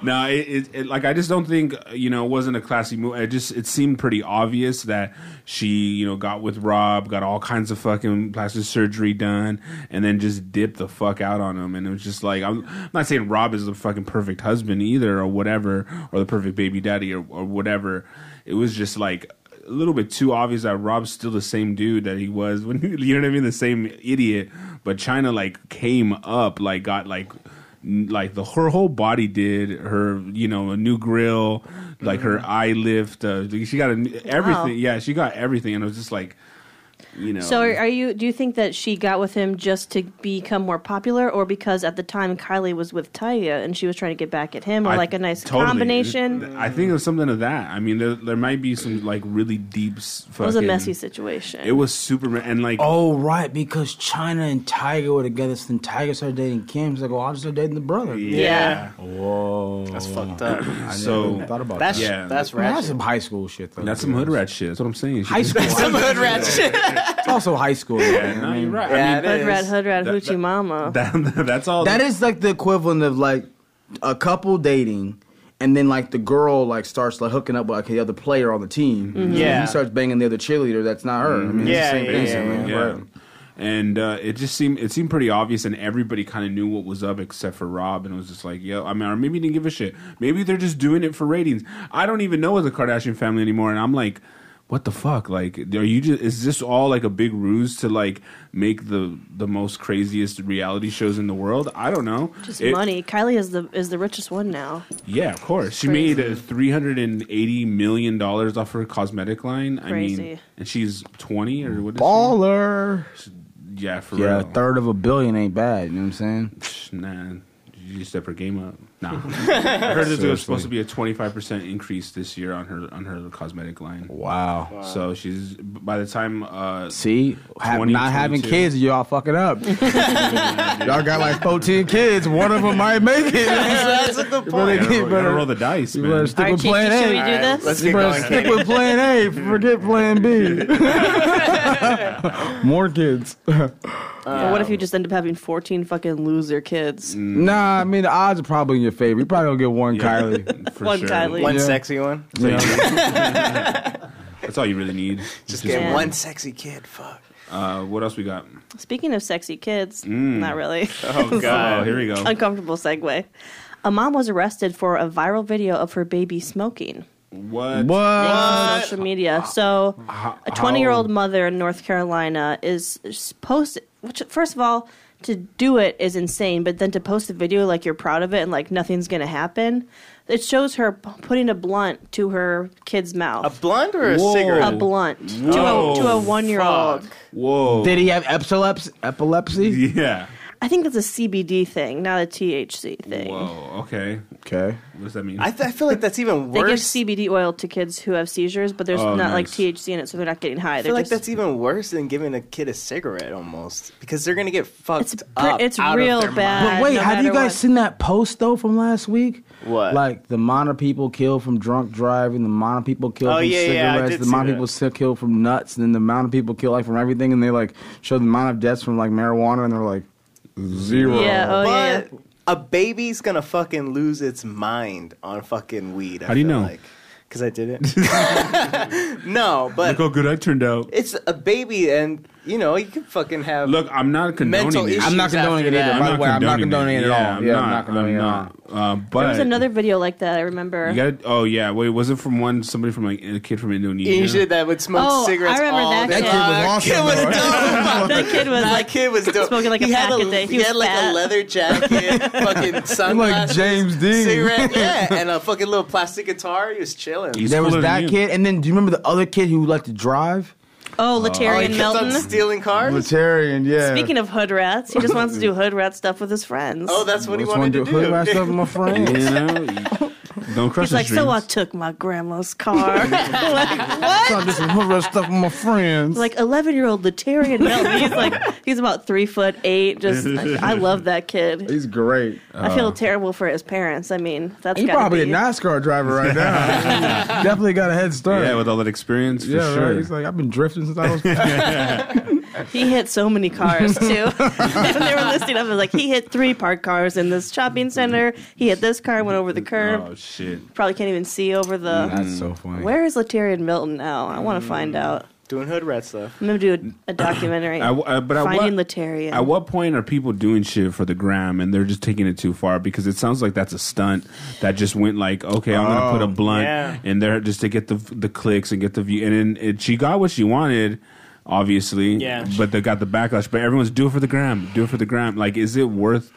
No, it, it, it like I just don't think uh, you know it wasn't a classy move. It just it seemed pretty obvious that she you know got with Rob, got all kinds of fucking plastic surgery done, and then just dipped the fuck out on him. And it was just like I'm, I'm not saying Rob is the fucking perfect husband either, or whatever, or the perfect baby daddy, or, or whatever. It was just like a little bit too obvious that Rob's still the same dude that he was when you know what I mean, the same idiot. But China like came up, like got like n- like the her whole body did her you know a new grill like her eye lift uh, she got a, n- everything Mm-hmm. Wow. yeah she got everything and it was just like you know So are, are you? Do you think that she got with him just to become more popular, or because at the time Kylie was with Taya and she was trying to get back at him, or I- like a nice totally. combination? I think it was something of that. I mean, there, there might be some like really deep. s- It was a fucking- messy situation. It was super and like Oh right, because China and Tiger were together. So then Tiger started dating Kim. She's like, "Well, I'll just start dating the brother." Yeah. Whoa, That's fucked up. I So- never thought about That's that. Yeah. that's I mean, that's ratchet. some high school shit though. that's some hood rat shit. That's what I'm saying. She- High school. Some hood rat shit. It's also high school. Yeah, no, you're right. Yeah, I mean, it Hood rat, is. hood rat, That- hoochie that- mama. that, that's all. That is like the equivalent of like a couple dating, and then like the girl like starts like hooking up with like the other player on the team. And Mm-hmm. Yeah. he starts banging the other cheerleader. That's not her. I mean, it's Yeah, the same yeah, thing. yeah, man. yeah. Right. And uh, it just seemed it seemed pretty obvious, and everybody kind of knew what was up except for Rob, and it was just like, yo, I mean, or maybe he didn't give a shit. Maybe they're just doing it for ratings. I don't even know the Kardashian family anymore, and I'm like, what the fuck? Like, are you just is this all like a big ruse to like make the the most craziest reality shows in the world? I don't know. Just It- money. Kylie is the is the richest one now. Yeah, of course. She Crazy. made uh, three hundred and eighty million dollars off her cosmetic line. I mean, Crazy. and she's twenty or what? Is Baller. She? Yeah, for Yeah, a real. third of a billion ain't bad. You know what I'm saying? Psh, Nah, you step her game up. Nah, I heard that there was supposed to be a twenty five percent increase this year on her on her cosmetic line. Wow. So she's by the time uh, See, ha- 20, not having 22. kids, y'all fucking up. y'all got like 14 kids. One of them might make it. That's a good Well, you gotta, roll- you point. gotta Better- roll the dice, You better man. stick All right, with Chichi, should plan we do A. Alright, this? let's You get better going. stick Katie. with plan A. Forget plan B. More kids. or what if you just end up having fourteen fucking loser kids? Mm. Nah, I mean the odds are probably in your favor. You probably gonna get one Yeah. Kylie. For One sure. Kylie. One Yeah. sexy one. So you- That's all you really need. Just Yeah. get one sexy kid. Fuck. Uh, what else we got? Speaking of sexy kids, Mm. not really. Oh Oh, god. here we go. Uncomfortable segue. A mom was arrested for a viral video of her baby smoking. What? thing What? on social media. So, a 20 year old mother in North Carolina is supposed, which, first of all, to do it is insane, but then to post a video like you're proud of it and like nothing's going to happen, it shows her p- putting a blunt to her kid's A mouth. blunt or a Whoa. A, cigarette? blunt Whoa. to a, to a one year old. Fuck. Whoa. Did he have epilepsy? Epilepsy? yeah. I think it's a CBD thing, not a THC thing. Whoa. Okay. Okay. What does that mean? I, th- I feel like that's even They worse. give CBD oil to kids who have seizures, but there's Oh, not like nice. THC in it, so they're not getting I high. feel They're like just, that's even worse than giving a kid a cigarette almost because they're gonna get fucked it's, pr- up. it's out of real their mind. bad. But wait, no have you matter guys what. seen that post though from last week? What? Like the amount of people killed from drunk driving, the amount of people killed Oh, from yeah, yeah, I cigarettes, did the see amount of that. people still killed from nuts, and then the amount of people killed like from everything, and they like show the amount of deaths from like marijuana, and they're like zero. Yeah, uh, oh yeah. But a baby's gonna fucking lose its mind on fucking weed. I How do you feel know? Like. Cause I did it. no, but how good I turned out. it's a baby, and you know you can fucking have. Look, I'm not condoning Mental it. issues. I'm not condoning it After that. either. By the way, I'm not condoning it at Yeah, all. Yeah, I'm not condoning it I'm at all. not. Uh, but There was another video like that. I remember. You got oh yeah. Wait, was it from one somebody from like a kid from Indonesia? Asia that would smoke Oh, I cigarettes remember all that day. shit. That kid was Uh, awesome, kid was dope. that kid was That like kid was dope. smoking like a he pack had a day. He, He was had like fat. a leather jacket, fucking sunglasses, James Dean. cigarette, yeah, and a fucking little plastic guitar. He was chilling. He's There was cooler than that you. kid, and then do you remember the other kid who liked to drive? oh, kept Letarian on Melton. stealing cars. Libertarian, yeah. Speaking of hood rats, he just wants to do hood rat stuff with his friends. oh, that's what he Just wanted wanna to do. hood rat stuff with my friends. You know, Don't crush He's his like, so I dreams. took my grandma's car. like, what? I just remember stuff with my friends. Like eleven year old Letarian Melton. He's like he's about three foot eight. Just like, I love that kid. he's great. I feel terrible for his parents. I mean, that's He's gotta probably a be- NASCAR driver right now. Definitely got a head start. yeah, with all that experience, for Yeah, right. sure. He's like, I've been drifting since I was. He hit so many cars too. and they were listing up like he hit three parked cars in this shopping center. He hit this car, went over the curb. oh shit! Probably can't even see over the. That's so funny. Where is Letarian Milton now? I want to find out. Doing hood rat stuff. I'm gonna do a, a documentary. I w uh, but Finding I, Letarian. At what point are people doing shit for the gram and they're just taking it too far? Because it sounds like that's a stunt that just went like, okay, I'm gonna put a blunt Oh, yeah. in there just to get the the clicks and get the view. And then it, she got what she wanted, obviously. Yeah. But they got the backlash. But everyone's do it for the gram. Do it for the gram. Like, is it worth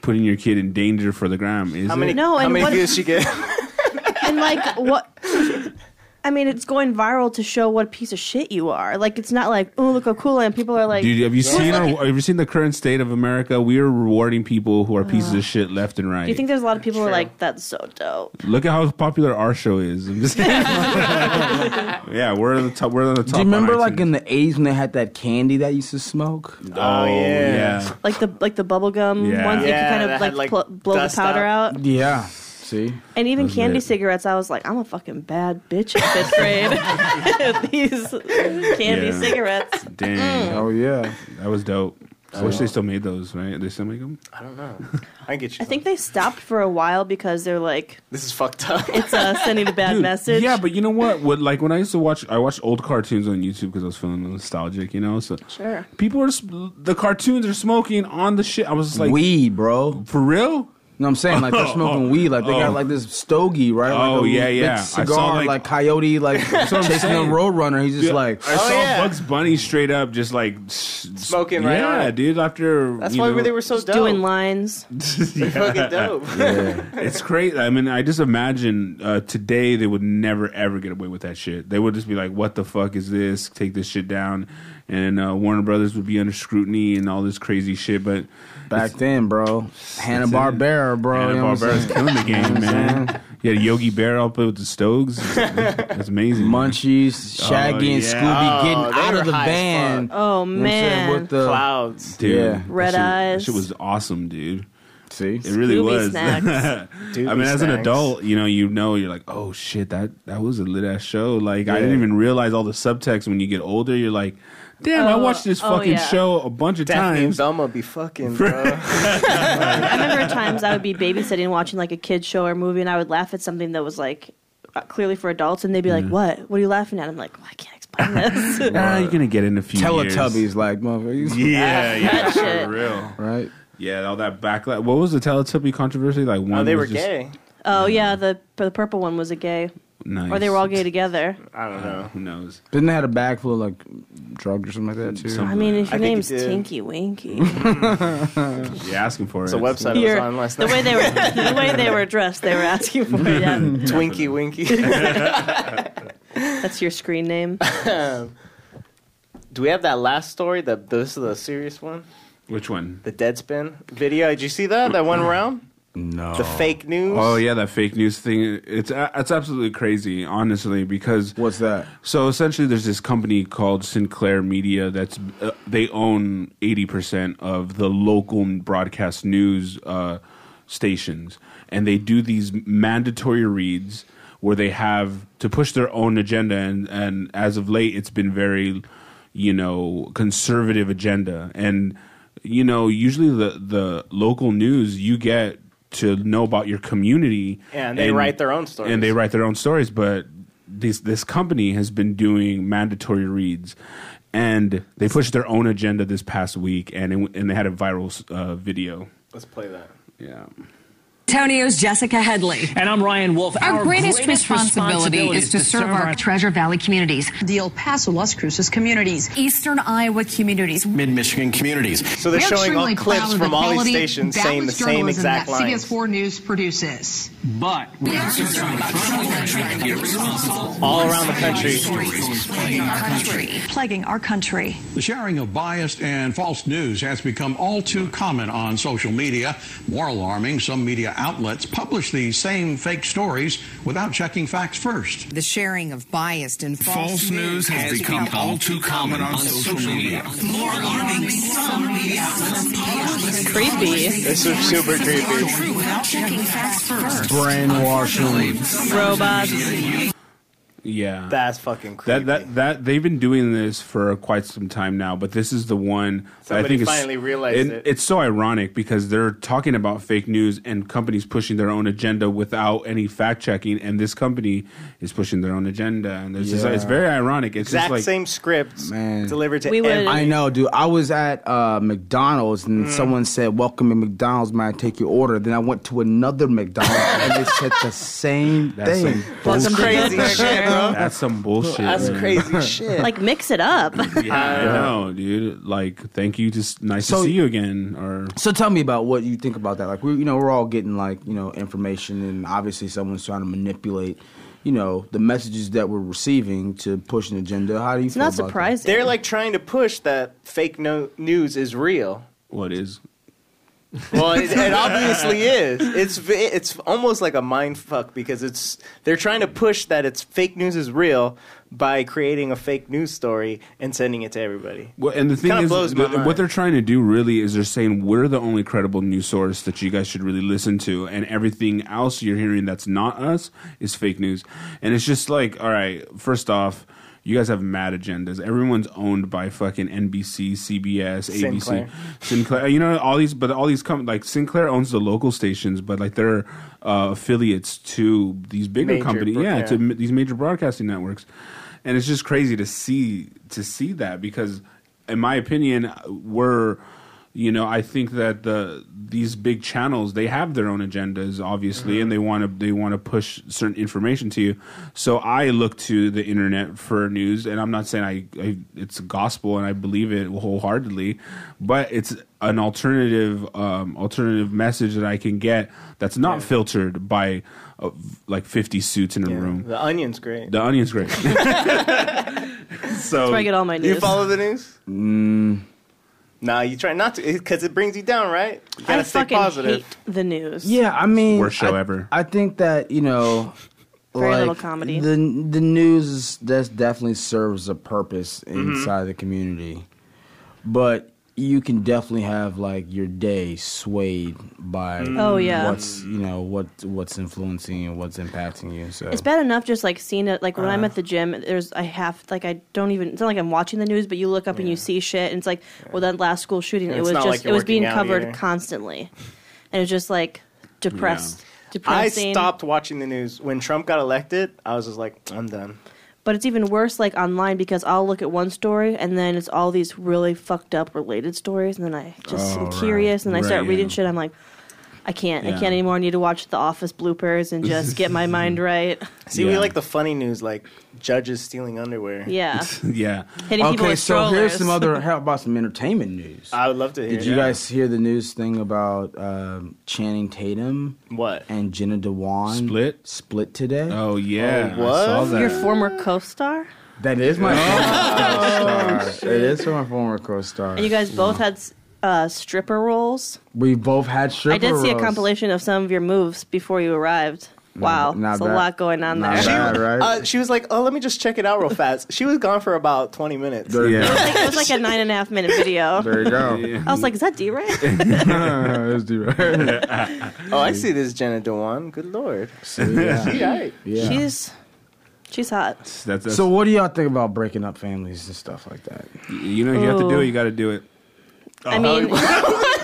putting your kid in danger for the gram? Is How many? It? No, how and many what- views she get? Oh, and like what? I mean, it's going viral to show what a piece of shit you are. Like, it's not like, oh, look how cool I am. People are like, Dude, have you seen look our, at- have you seen the current state of America? We are rewarding people who are pieces of shit left and right. Uh-huh. do you think there's a lot of people who are True. like, that's so dope? Look at how popular our show is. I'm just kidding. yeah, we're on the top. We're on the top. Do you on remember like iTunes. in the 80s when they had that candy that used to smoke? Oh, yeah. yeah. Like the like the bubblegum Yeah. Yeah, ones that you that kind had, of like, like, pl- blow the dust powder out. Yeah. See? And even Those candy lit. cigarettes, I was like, I'm a fucking bad bitch at fifth grade. These candy Yeah. cigarettes. Dang, Oh, yeah. Mm. that was dope. I Oh. wish they still made those. Right? They still make them. I don't know. I can get you. I think some. they stopped for a while because they're like, this is fucked up. it's uh, sending a bad Dude, message. Yeah, but you know what? What like when I used to watch, I watched old cartoons on YouTube because I was feeling nostalgic. You know, so Sure. people are sp- the cartoons are smoking on the shit. I was just like, weed, bro. for real? You know what I'm saying? Like they're smoking weed. Like they oh. got like this stogie, right? Like Oh, yeah, big yeah. I saw, cigar, like- like, coyote, like what I'm chasing a saying. roadrunner. He's just Yeah, like, I saw Oh, yeah. Bugs Bunny straight up, just like s- Smoking right Yeah, on it. dude. After That's you why know- they were so dope. Doing lines. They're fucking dope. It's crazy. I mean, I just imagine uh, today they would never ever get away with that shit. They would just be like, "What the fuck is this? Take this shit down." And uh, Warner Brothers would be under scrutiny and all this crazy shit. But back then, bro, Hanna Barbera, bro. You know what I'm Barbera's saying? killing the game, man. saying? Yeah, Yogi Bear up with the Stogues. That's amazing. Munchies, Shaggy, and yeah. Scooby Oh, getting they out were of the high as van. Oh, You know what I'm saying? man. With the Clouds, dude. Yeah. that shit- Red eyes. That shit was awesome, dude. see, It really Scooby was. snacks. I mean, as an snacks. adult, you know, you know, you're like, oh shit, that that was a lit ass show. Like, I didn't even realize all the subtext. When you get older, you're like, damn, I Oh, watched this oh, fucking yeah. show a bunch of Daphne and times. Velma be fucking, bro. I remember times I would be babysitting, watching like a kid show or movie, and I would laugh at something that was like uh, clearly for adults, and they'd be like, "What? What are you laughing at?" I'm like, well, "I can't explain this." Nah, you're gonna get it in a few Teletubbies, years. like motherfuckers, Yeah, yeah, That shit. for real. right? Yeah, all that backlash. What was the Teletubby controversy? Like one, Oh, they were was just- gay. oh yeah, the the purple one was a gay, Nice. Uh, or they were all gay together. I don't know. Who knows? Didn't they had a bag full of like drugs or something like that too? Some- I mean, if I think your you name's did. Tinky Winky, You're asking for it. It's a website I You're- was on last the night. way they were the way they were dressed, they were asking for it. Yeah. Twinkie Winky. That's your screen name. Do we have that last story? That this is the serious one. Which one? The Deadspin video. Did you see that? That one round. No, The fake news. Oh yeah, that fake news thing. It's it's absolutely crazy, honestly, because What's that? So essentially, there's this company called Sinclair Media that's uh, they own 80% of the local broadcast news uh, stations, and they do these mandatory reads where they have to push their own agenda, and and as of late, it's been very, you know, conservative agenda, and you know, usually the the local news you get to know about your community, Yeah, and they write their own stories. and they write their own stories, but this this company has been doing mandatory reads, and they pushed their own agenda this past week, and it, w- and they had a viral uh, video. Let's play that. Yeah, Antonio's Jessica Headley. And I'm Ryan Wolf. Our, greatest, responsibility, is to serve our Treasure Valley communities, the El Paso, Las Cruces communities, Eastern Iowa communities. mid Michigan communities. So they're We're showing all extremely proud clips of the from all these quality, stations saying the balanced same journalism exact that lines. CBS4 News produces. But all around the country. Plaguing our country. Plaguing our country. The sharing of biased and false news has become all too common on social media. More alarming, some media outlets publish these same fake stories without checking facts first. The sharing of biased and false, False news has become all too common on social media. more alarming. Some media outlets publish Creepy. This was super creepy. true without checking facts first. Brainwashing. Robots. Yeah. That's fucking creepy. That that that they've been doing this for quite some time now, but this is the one that I Somebody think is- finally realized it. It's so ironic because they're talking about fake news and companies pushing their own agenda without any fact checking, and this company is pushing their own agenda, and there's just, Yeah. it's very ironic. It's exact just like same script Man. delivered to We would- every. I know, dude. I was at uh, McDonald's and someone said, "Welcome to McDonald's, may I take your order?" Then I went to another McDonald's and they said the same That's some thing. Welcome to crazy Good shit, bro. that's some bullshit. That's man. crazy shit. Like mix it up. Yeah, I know, dude. Like, thank you. Just nice So- to see you again. Or So tell me about what you think about that. Like we, you know, we're all getting like you know information, and obviously someone's trying to manipulate, you know, the messages that we're receiving to push an agenda. How do you? It's feel not about that? surprising. They're like trying to push that fake no- news is real. what is? Well, it, it obviously is. It's v- it's almost like a mind fuck because it's they're trying to push that it's fake news is real by creating a fake news story and sending it to everybody. Well, and the thing kinda is, blows my th- mind. what they're trying to do really is they're saying we're the only credible news source that you guys should really listen to, and everything else you're hearing that's not us is fake news. And it's just like, all right, first off, you guys have mad agendas. Everyone's owned by fucking NBC, CBS, Sinclair. ABC, Sinclair. You know all these, but all these come like Sinclair owns the local stations, but like they're uh, affiliates to these bigger Major companies. bro- yeah, yeah. to m- these major broadcasting networks, and it's just crazy to see to see that because, in my opinion, we're you know I think that the these big channels they have their own agendas obviously and they want to they want to push certain information to you so i look to the internet for news and i'm not saying i, I it's gospel and i believe it wholeheartedly but it's an alternative um, alternative message that i can get that's not filtered by uh, like 50 suits in a Yeah. room The onion's great. the onion's great. That's where I so get all my news. You follow the news? Mm. Nah, you try not to because it brings you down, right? You gotta I stay fucking positive. hate the news. Yeah, I mean, Worst show I- ever. I think that you know, Very like, little comedy. The the news is- that definitely serves a purpose Mm-hmm. inside the community, but you can definitely have like your day swayed by Oh, yeah. what's you know what what's influencing you, what's impacting you. So It's bad enough just like seeing it. Like when I'm at the gym, there's I have like I don't even. It's not like I'm watching the news, but you look up and you see shit, and it's like, well, that last school shooting, And it it's was not just like it you're was being working out covered either. constantly, and it's just like depressed, I depressing. stopped watching the news when Trump got elected. I was just like, I'm done. But it's even worse like online because I'll look at one story and then it's all these really fucked up related stories, and then I just am curious and I Right, start reading yeah. shit. I'm like. I can't. I Yeah. can't anymore. I need to watch The Office bloopers and just get my mind right. See, we Yeah. like the funny news, like judges stealing underwear. Yeah, yeah, hitting people okay, with so strollers. here's some other how about some entertainment news? Uh, I would love to hear. Did you that. guys hear the news thing about um, Channing Tatum what? and Jenna Dewan Split? split today? Oh yeah, Oh, what? I saw that. Your former co-star? That is Oh. my former co-star. It is my former co-star. And you guys both had uh, stripper roles. we both had stripper I did see a roles. compilation of some of your moves before you arrived. Wow, not there's a bad. lot going on Not there. bad. She- right? Uh, she was like, "Oh, let me just check it out real fast." She was gone for about twenty minutes. There you Yeah. go. Like, it was like a nine and a half minute video. There you go. I was like, is that D-Ray? Let's do it. Oh, I see this Jenna Dewan. Good lord, So, yeah. she right. Yeah. She's she's hot. That's, that's, so what do y'all think about breaking up families and stuff like that? you know you have to do Ooh. it. You got to do it. Oh, I mean,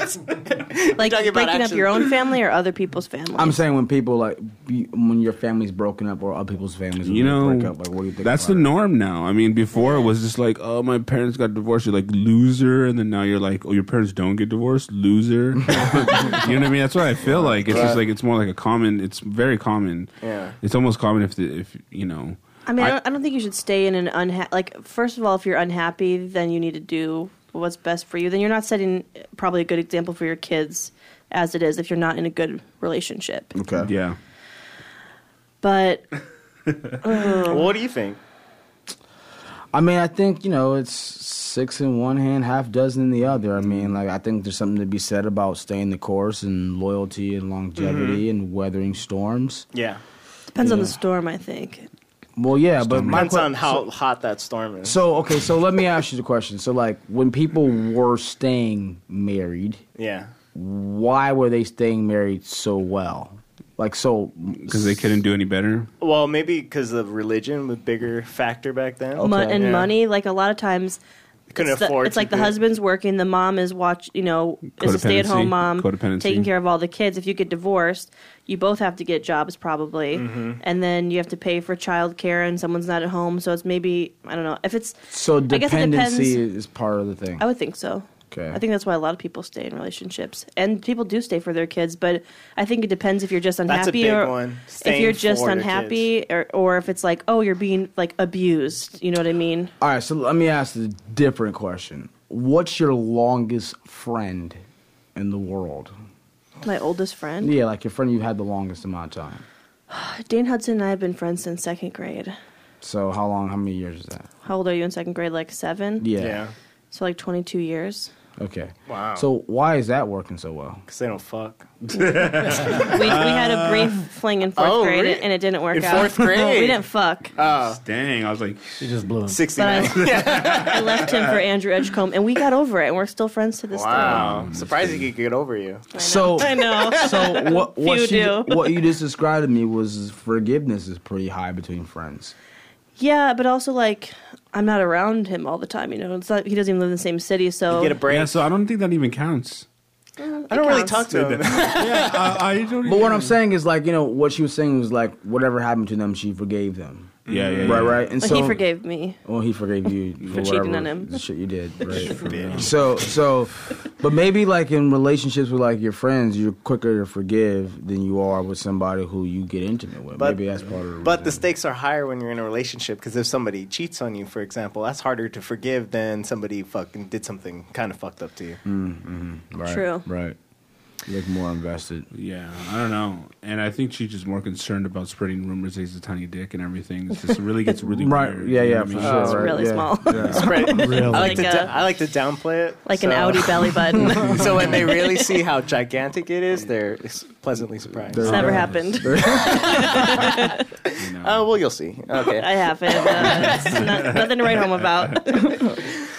like talking breaking about up action. your own family or other people's family. I'm saying when people like be, when your family's broken up or other people's families when You they know, break up, like what do you think? that's about the it? norm now. I mean, before it was just like, oh, my parents got divorced. You're like loser, and then now you're like, oh, your parents don't get divorced, loser. you know what I mean? That's what I feel like. It's just like it's more like a common. It's very common. Yeah. it's almost common if the, if you know. I mean, I, I- don't, I don't think you should stay in an unhappy. Like, first of all, if you're unhappy, then you need to do what's best for you. Then you're not setting uh, probably a good example for your kids, as it is if you're not in a good relationship. Okay. Yeah, But What do you think? I mean, I think you know it's six in one hand, half dozen in the other. I mean, like I think there's something to be said about staying the course and loyalty and longevity and weathering storms. Yeah. Depends on the Yeah. storm, I think. Well, yeah, but my Depends que- on how so- hot that storm is. So okay, so let me ask you the question. So like when people were staying married, yeah. why were they staying married so well? Like so because they couldn't do any better. Well, maybe because of religion was a bigger factor back then. Oh. Mo- and Yeah. money, like a lot of times, Couldn't it's, the- afford it's to like the do it. husband's working, the mom is watch, you know, is a Codependency. stay-at-home mom, Codependency. taking care of all the kids. If you get divorced, you both have to get jobs probably, Mm-hmm. Mhm. and then you have to pay for childcare, and someone's not at home, so it's maybe I don't know if it's. So I guess it dependency depends. is part of the thing. I would think so. Okay. I think that's why a lot of people stay in relationships, and people do stay for their kids. But I think it depends if you're just a unhappy big or one, if staying you're just for your unhappy, or, or if it's like, oh, you're being like abused. You know what I mean? All right, so let me ask a different question. What's your longest friend in the world? My oldest friend, Yeah, like your friend you've had the longest amount of time. Dane Hudson, and I have been friends since second grade. So how long? How many years is that? How old are you in second grade? Like seven. Yeah. Yeah. So like 22 years. Okay. Wow. So why is that working so well? Because they don't Oh. fuck. we, we had a brief fling in fourth Uh, Oh, grade, really? and it didn't work In out. fourth grade? Uh, we didn't fuck. Dang, I was like, she just blew him. But I, 69. I left him for Andrew Edgecombe, and we got over it, and we're still friends to this Wow. day. uh, Surprised he could get over you. So I know. So what? What, Few she, do. what you just described to me was forgiveness is pretty high between friends. Yeah, but also like I'm not around him all the time. You know, it's not, he doesn't even live in the same city, Oh. so Yeah, so I don't think that even counts. I I don't really talk to him. yeah, I, I don't. But what I'm saying is like you know what she was saying was like whatever happened to them, she forgave them. Yeah, yeah, right, yeah. right. And But so he forgave me. Well, Oh, he forgave you for, For whatever cheating on him. the shit you did. Right? Bitch. so, so, but maybe like in relationships with like your friends, you're quicker to forgive than you are with somebody who you get intimate with. But- maybe that's part of. But the stakes are higher when you're in a relationship because if somebody cheats on you, for example, that's harder to forgive than somebody fucking did something kind of fucked up to you. Mm-hmm. Right, True. Right. You look more invested. Yeah, I don't know. And I think she's just more concerned about spreading rumors that he's a tiny dick and everything. It's just it really gets really Right, weird, yeah, you know yeah, what I for mean? sure, It's right, really yeah. small. Yeah. Spread- Really? I like, to Like a- da- I like to downplay it, like an Audi belly button. so when they really see how gigantic it is, they're s- pleasantly surprised. It's never happened. Oh well, you'll see. Okay, I haven't. Uh, it's not, nothing to write home about.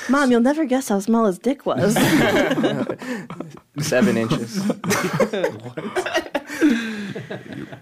Mom, you'll never guess how small his dick was. seven inches.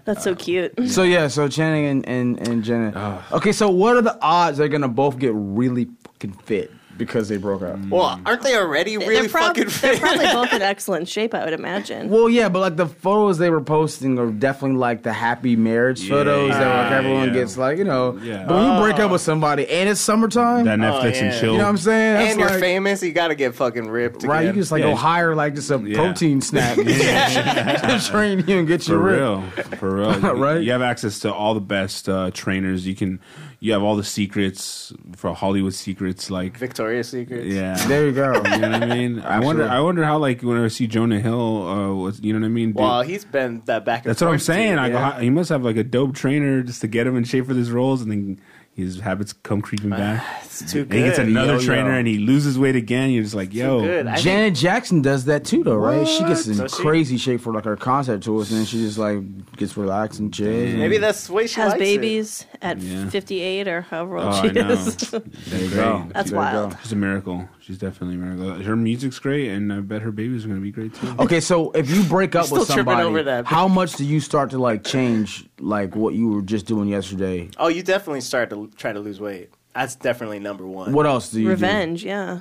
That's so cute. So yeah, so Channing and and, and Jenna. okay, so what are the odds they're gonna both get really fucking fit because they broke up? Well, aren't they already They're really prob- fucking They're fit? probably both in excellent shape, I would imagine. Well, yeah, but like the photos they were posting are definitely like the happy marriage photos that like yeah, everyone yeah. gets like you know. Yeah. Ah. But when you break up with somebody and it's summertime, That Netflix yeah. and chill. You know what I'm saying? That's and like, you're famous, you gotta get fucking ripped. right? You again. just like go hire like just a protein snack, to train you and get For your rip. real, for real, Right? You have access to all the best uh, trainers. You can, you have all the secrets for Hollywood secrets, like Victoria's Secret. Yeah, There you go. You know what I mean? I wonder. Absolutely. I wonder how like when I see Jonah Hill, uh, was, you know what I mean? Dude, Well, he's been that back. And that's what I'm forth dude, saying. I go, yeah. "How- he must have like a dope trainer just to get him in shape for these roles, and then his habits come Uh, creeping back. it's too and He gets good. another Yo-yo. trainer, and he loses weight again. You're just like, yo, good. I Janet Jackson does that too, though, right? She gets in Does she? crazy shape for like her concert tours, and then she just like gets relaxed and chill. Maybe that's the way she Has likes it. babies at Yeah. 58 or however old Oh, she I know. is. That's great. go. That's There you wild. go. She's a miracle. She's definitely a miracle. Her music's great, and I bet her babies are going to be great Oh, too. Okay, so if you break up You're with still tripping somebody, over that. how much do you start to like change like what you were just doing yesterday? Oh, you definitely start to l- try to lose weight. That's definitely number one. What else do you do? Revenge, yeah.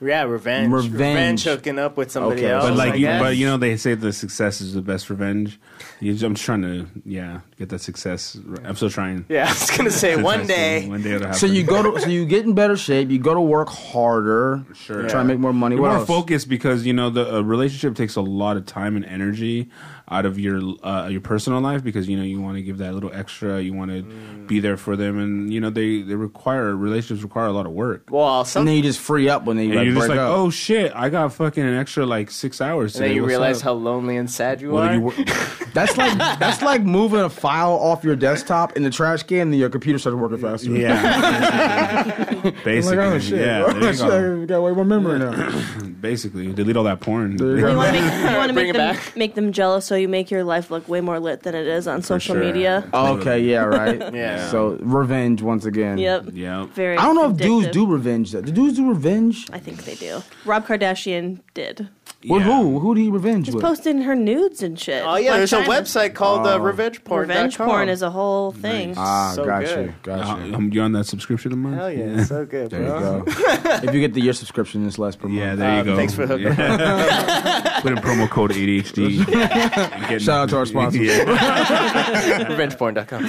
Yeah, revenge. Revenge. Revenge. hooking up with somebody Okay. else. But like, I you, guess. but you know, they say the success is the best revenge. You just- I'm just trying to, yeah, get that success. I'm still trying. Yeah, I was gonna say Still one trying to- day. One day it'll happen. So you go to so you get in better shape. You go to work harder. Sure. Try to make more money. You're What more else? focused because you know the uh, relationship takes a lot of time and energy. out of your uh, your personal life because you know you want to give that little extra. You want to Mm. be there for them, and you know they they require relationships require a lot of work. Well, and then you just free up when they And like, you're just break like, up. oh shit, I got fucking an extra like six hours. And then today. you What's realize up?" how lonely and sad you Well, are. you oh. That's like that's like moving a file off your desktop in the trash can, and your computer starts working faster. Basically, I'm like, oh, shit, yeah. bro. there you go. Shit, I got way more memory now. Basically, delete all that porn. you You want to make, you wanna Bring make it them make them jealous, so you make your life look way more lit than it is on social sure. Um, media. okay, yeah, right. Yeah. So revenge once again. Yep. Yep. Very. I don't know if dudes addictive. do revenge though. Do dudes do revenge? I think they do. Rob Kardashian did. With who? Who do he revenge Just with? posting her nudes and shit. oh yeah, Like there's a China. website called uh, RevengePorn.com. Revenge porn is a whole thing. ah, so got good. you, got you. Uh, um, you on that subscription of mine? Hell yeah, so good, There you bro. go. if you get the year subscription, it's less per month. Yeah, there you Uh, go. thanks for hooking Yeah. Put in promo code ADHD. and get- Shout out to our sponsors. Yeah. RevengePorn.com.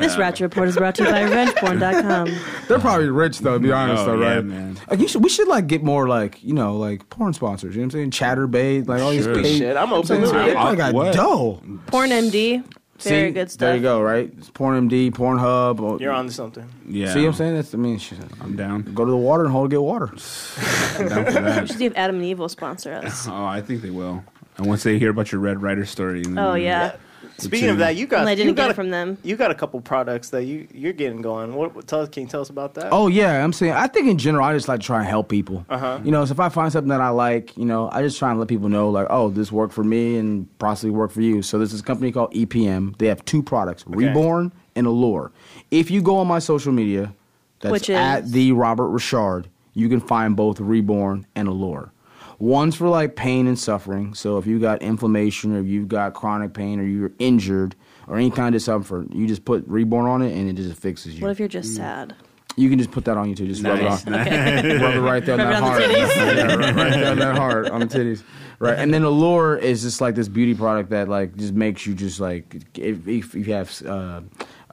This Ratchet Report is brought to you by RevengePorn.com. They're probably rich though. To be honest Oh, though, yeah, right? man. Like you should, we should like get more like you know like porn sponsors. You know what I'm saying? Chatterbait, like all these Sure. paid- Shit, I'm open They to it. probably got What? dough. Porn MD. Very See, good stuff. There you go. Right? It's PornMD, Pornhub. oh, You're on to something. yeah. See what I'm saying? That's I mean, shit. I'm down. go to the watering hole to get water. I'm down for We should that. see if Adam and Eve will sponsor us. Oh, I think they will. And once they hear about your Red Rider story, and Oh yeah. Speaking of too. that, you got And I you didn't got get a- it from them. You got a couple products that you you're getting going. What, what tell, can you tell us about that? Oh yeah, I'm saying. I think in general, I just like to try and help people. Uh-huh. You know, so if I find something that I like, you know, I just try and let people know, like, oh, this worked for me and possibly worked for you. So there's this company called EPM. They have two products, Reborn and Allure. If you go on my social media, that's Which is- at the Robert Richard, you can find both Reborn and Allure. One's for like pain and suffering. So if you got inflammation or you've got chronic pain or you're injured or any kind of discomfort, you just put Reborn on it and it just fixes you. What if you're Mm. just sad? You can just put that on you too. Just Nice. rub it on. Rub it right there on Rub it that on heart. the Yeah, right right there on that heart on the titties. Right. And then Allure is just like this beauty product that like just makes you just like if, if you have uh,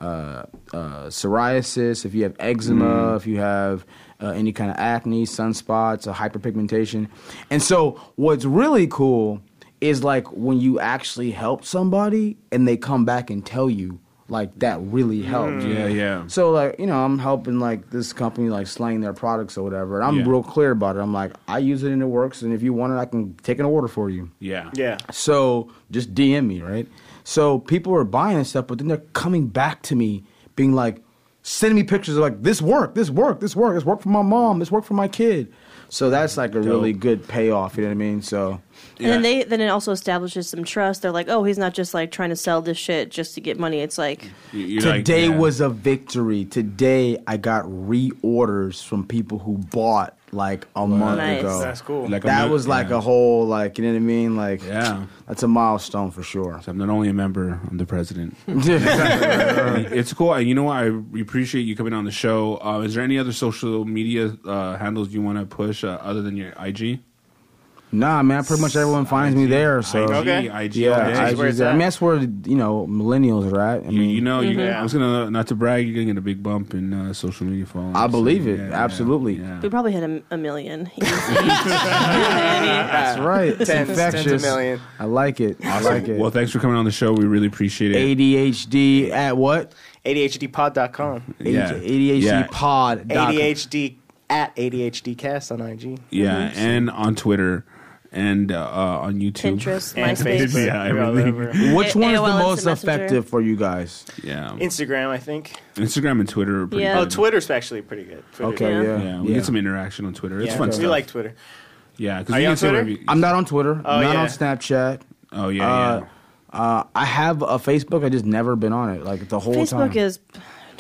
uh, uh, psoriasis, if you have eczema, if you have uh, any kind of acne, sunspots, or hyperpigmentation. And so what's really cool is like when you actually help somebody and they come back and tell you like that really helped. Yeah, yeah. So like you know, I'm helping like this company like slang their products or whatever. And I'm Yeah. real clear about it. I'm like, I use it and it works. And if you want it, I can take an order for you. yeah, yeah. So just DM me, right? So people are buying and stuff, but then they're coming back to me, being like, sending me pictures of like this worked, this worked, this worked, this worked for my mom, this worked for my kid. So that's like a really good payoff. You know what I mean? So And then they then it also establishes some trust. They're like, oh, he's not just like trying to sell this shit just to get money. It's like You- you're like, Today yeah. was a victory. Today I got reorders from people who bought like a month Nice. ago. That's cool. Like a that mo- was like yeah. a whole like you know what I mean? Like Yeah. that's a milestone for sure. So I'm not only a member, I'm the president. yeah, it's cool. And you know what? I appreciate you coming on the show. Uh, is there any other social media uh, handles you want to push uh, other than your IG? nah, man, pretty much everyone finds me there. So IG, Okay. IG, yeah, all I, day. where it's there. I at. mean that's where you know millennials are at. I You, mean, you know, you Mm-hmm. Mhm. I was gonna not to brag, you're gonna get a big bump in uh, social media following. I believe it. Absolutely. we probably hit a, a million. that's right. It's Tens- tens of infectious. million. I like it. I like it. Well, thanks for coming on the show. We really appreciate it. ADHD at what? ADHDpod.com. Yeah. ADHD Yeah. pod. ADHD at ADHDcast on IG. Yeah, and on Twitter and uh, on YouTube, Pinterest, And MySpace. Facebook. Yeah, You're all everything. over. Which A- one is the AOL Instant most Messenger. effective for you guys? Yeah, Instagram, I think. Instagram and Twitter. Are pretty Yeah. good. Oh, Twitter's actually pretty good. Twitter's Okay, yeah. Yeah. Yeah, we get some interaction on Twitter. It's Yeah, fun we stuff. like Twitter. yeah, because Are you on Twitter? I'm not on Twitter. Oh, I'm not yeah. on Snapchat. Oh yeah, Uh, yeah. uh, I have a Facebook. I just never been on it like the whole time. Facebook is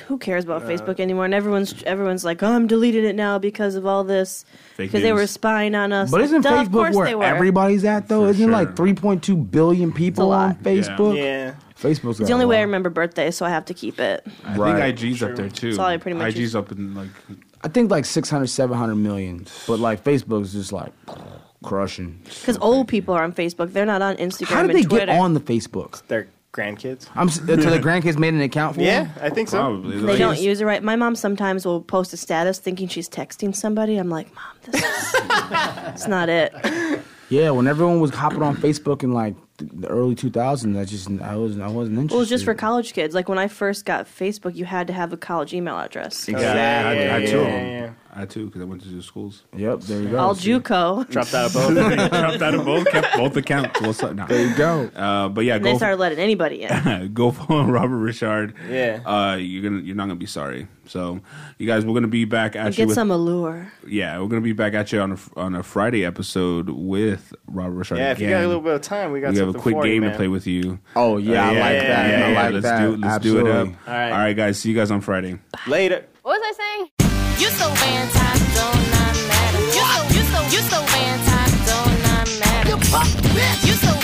who cares about Facebook anymore? And everyone's everyone's like, oh, I'm deleting it now because of all this Fake because they were news. spying on us. But isn't Duh, of Facebook course they where were. everybody's at though? For Isn't it like sure. 3.2 billion people on lot. Facebook? Yeah. Facebook's It's the only way I remember birthdays, so I have to keep it. I right. think IG's up there too. That's all I pretty much IG's use. up in like I think like 600, 700 million. But like Facebook's just like crushing. Because old people are on Facebook; they're not on Instagram. How did and they Twitter. get on the Facebook? Their grandkids. I'm s- until the grandkids made an account for Yeah, them? I think so. probably. They like, don't use it right. My mom sometimes will post a status thinking she's texting somebody. I'm like, Mom, this is it's not it. Yeah, when everyone was hopping on Facebook and like the early 2000s. I just I was I wasn't interested. Well, it's just for college kids. Like when I first got Facebook, you had to have a college email address. Exactly. I, I had two of them. I had two because I went to two schools. Yep, there you go. All JUCO. Dropped out of both. Oh. Dropped out of both. Kept both accounts. What's up now? There you go. Uh, but yeah, And go they for- started letting anybody in. go follow Robert Richard. Yeah. Uh, you're gonna you're not gonna be sorry. So you guys, we're gonna be back at And you. get with- some allure. yeah, we're gonna be back at you on a on a Friday episode with Robert Richard. Yeah, if you got a again. little bit of time, we got we have something a quick for you, game man. to play with you. Oh yeah, I like that. I like let's that. Do, let's do it Absolutely. up. All right. All right, guys. See you guys on Friday. Later. What was I saying? You so fantastic, don't not matter. You so, you so, you so fantastic, don't not matter. You so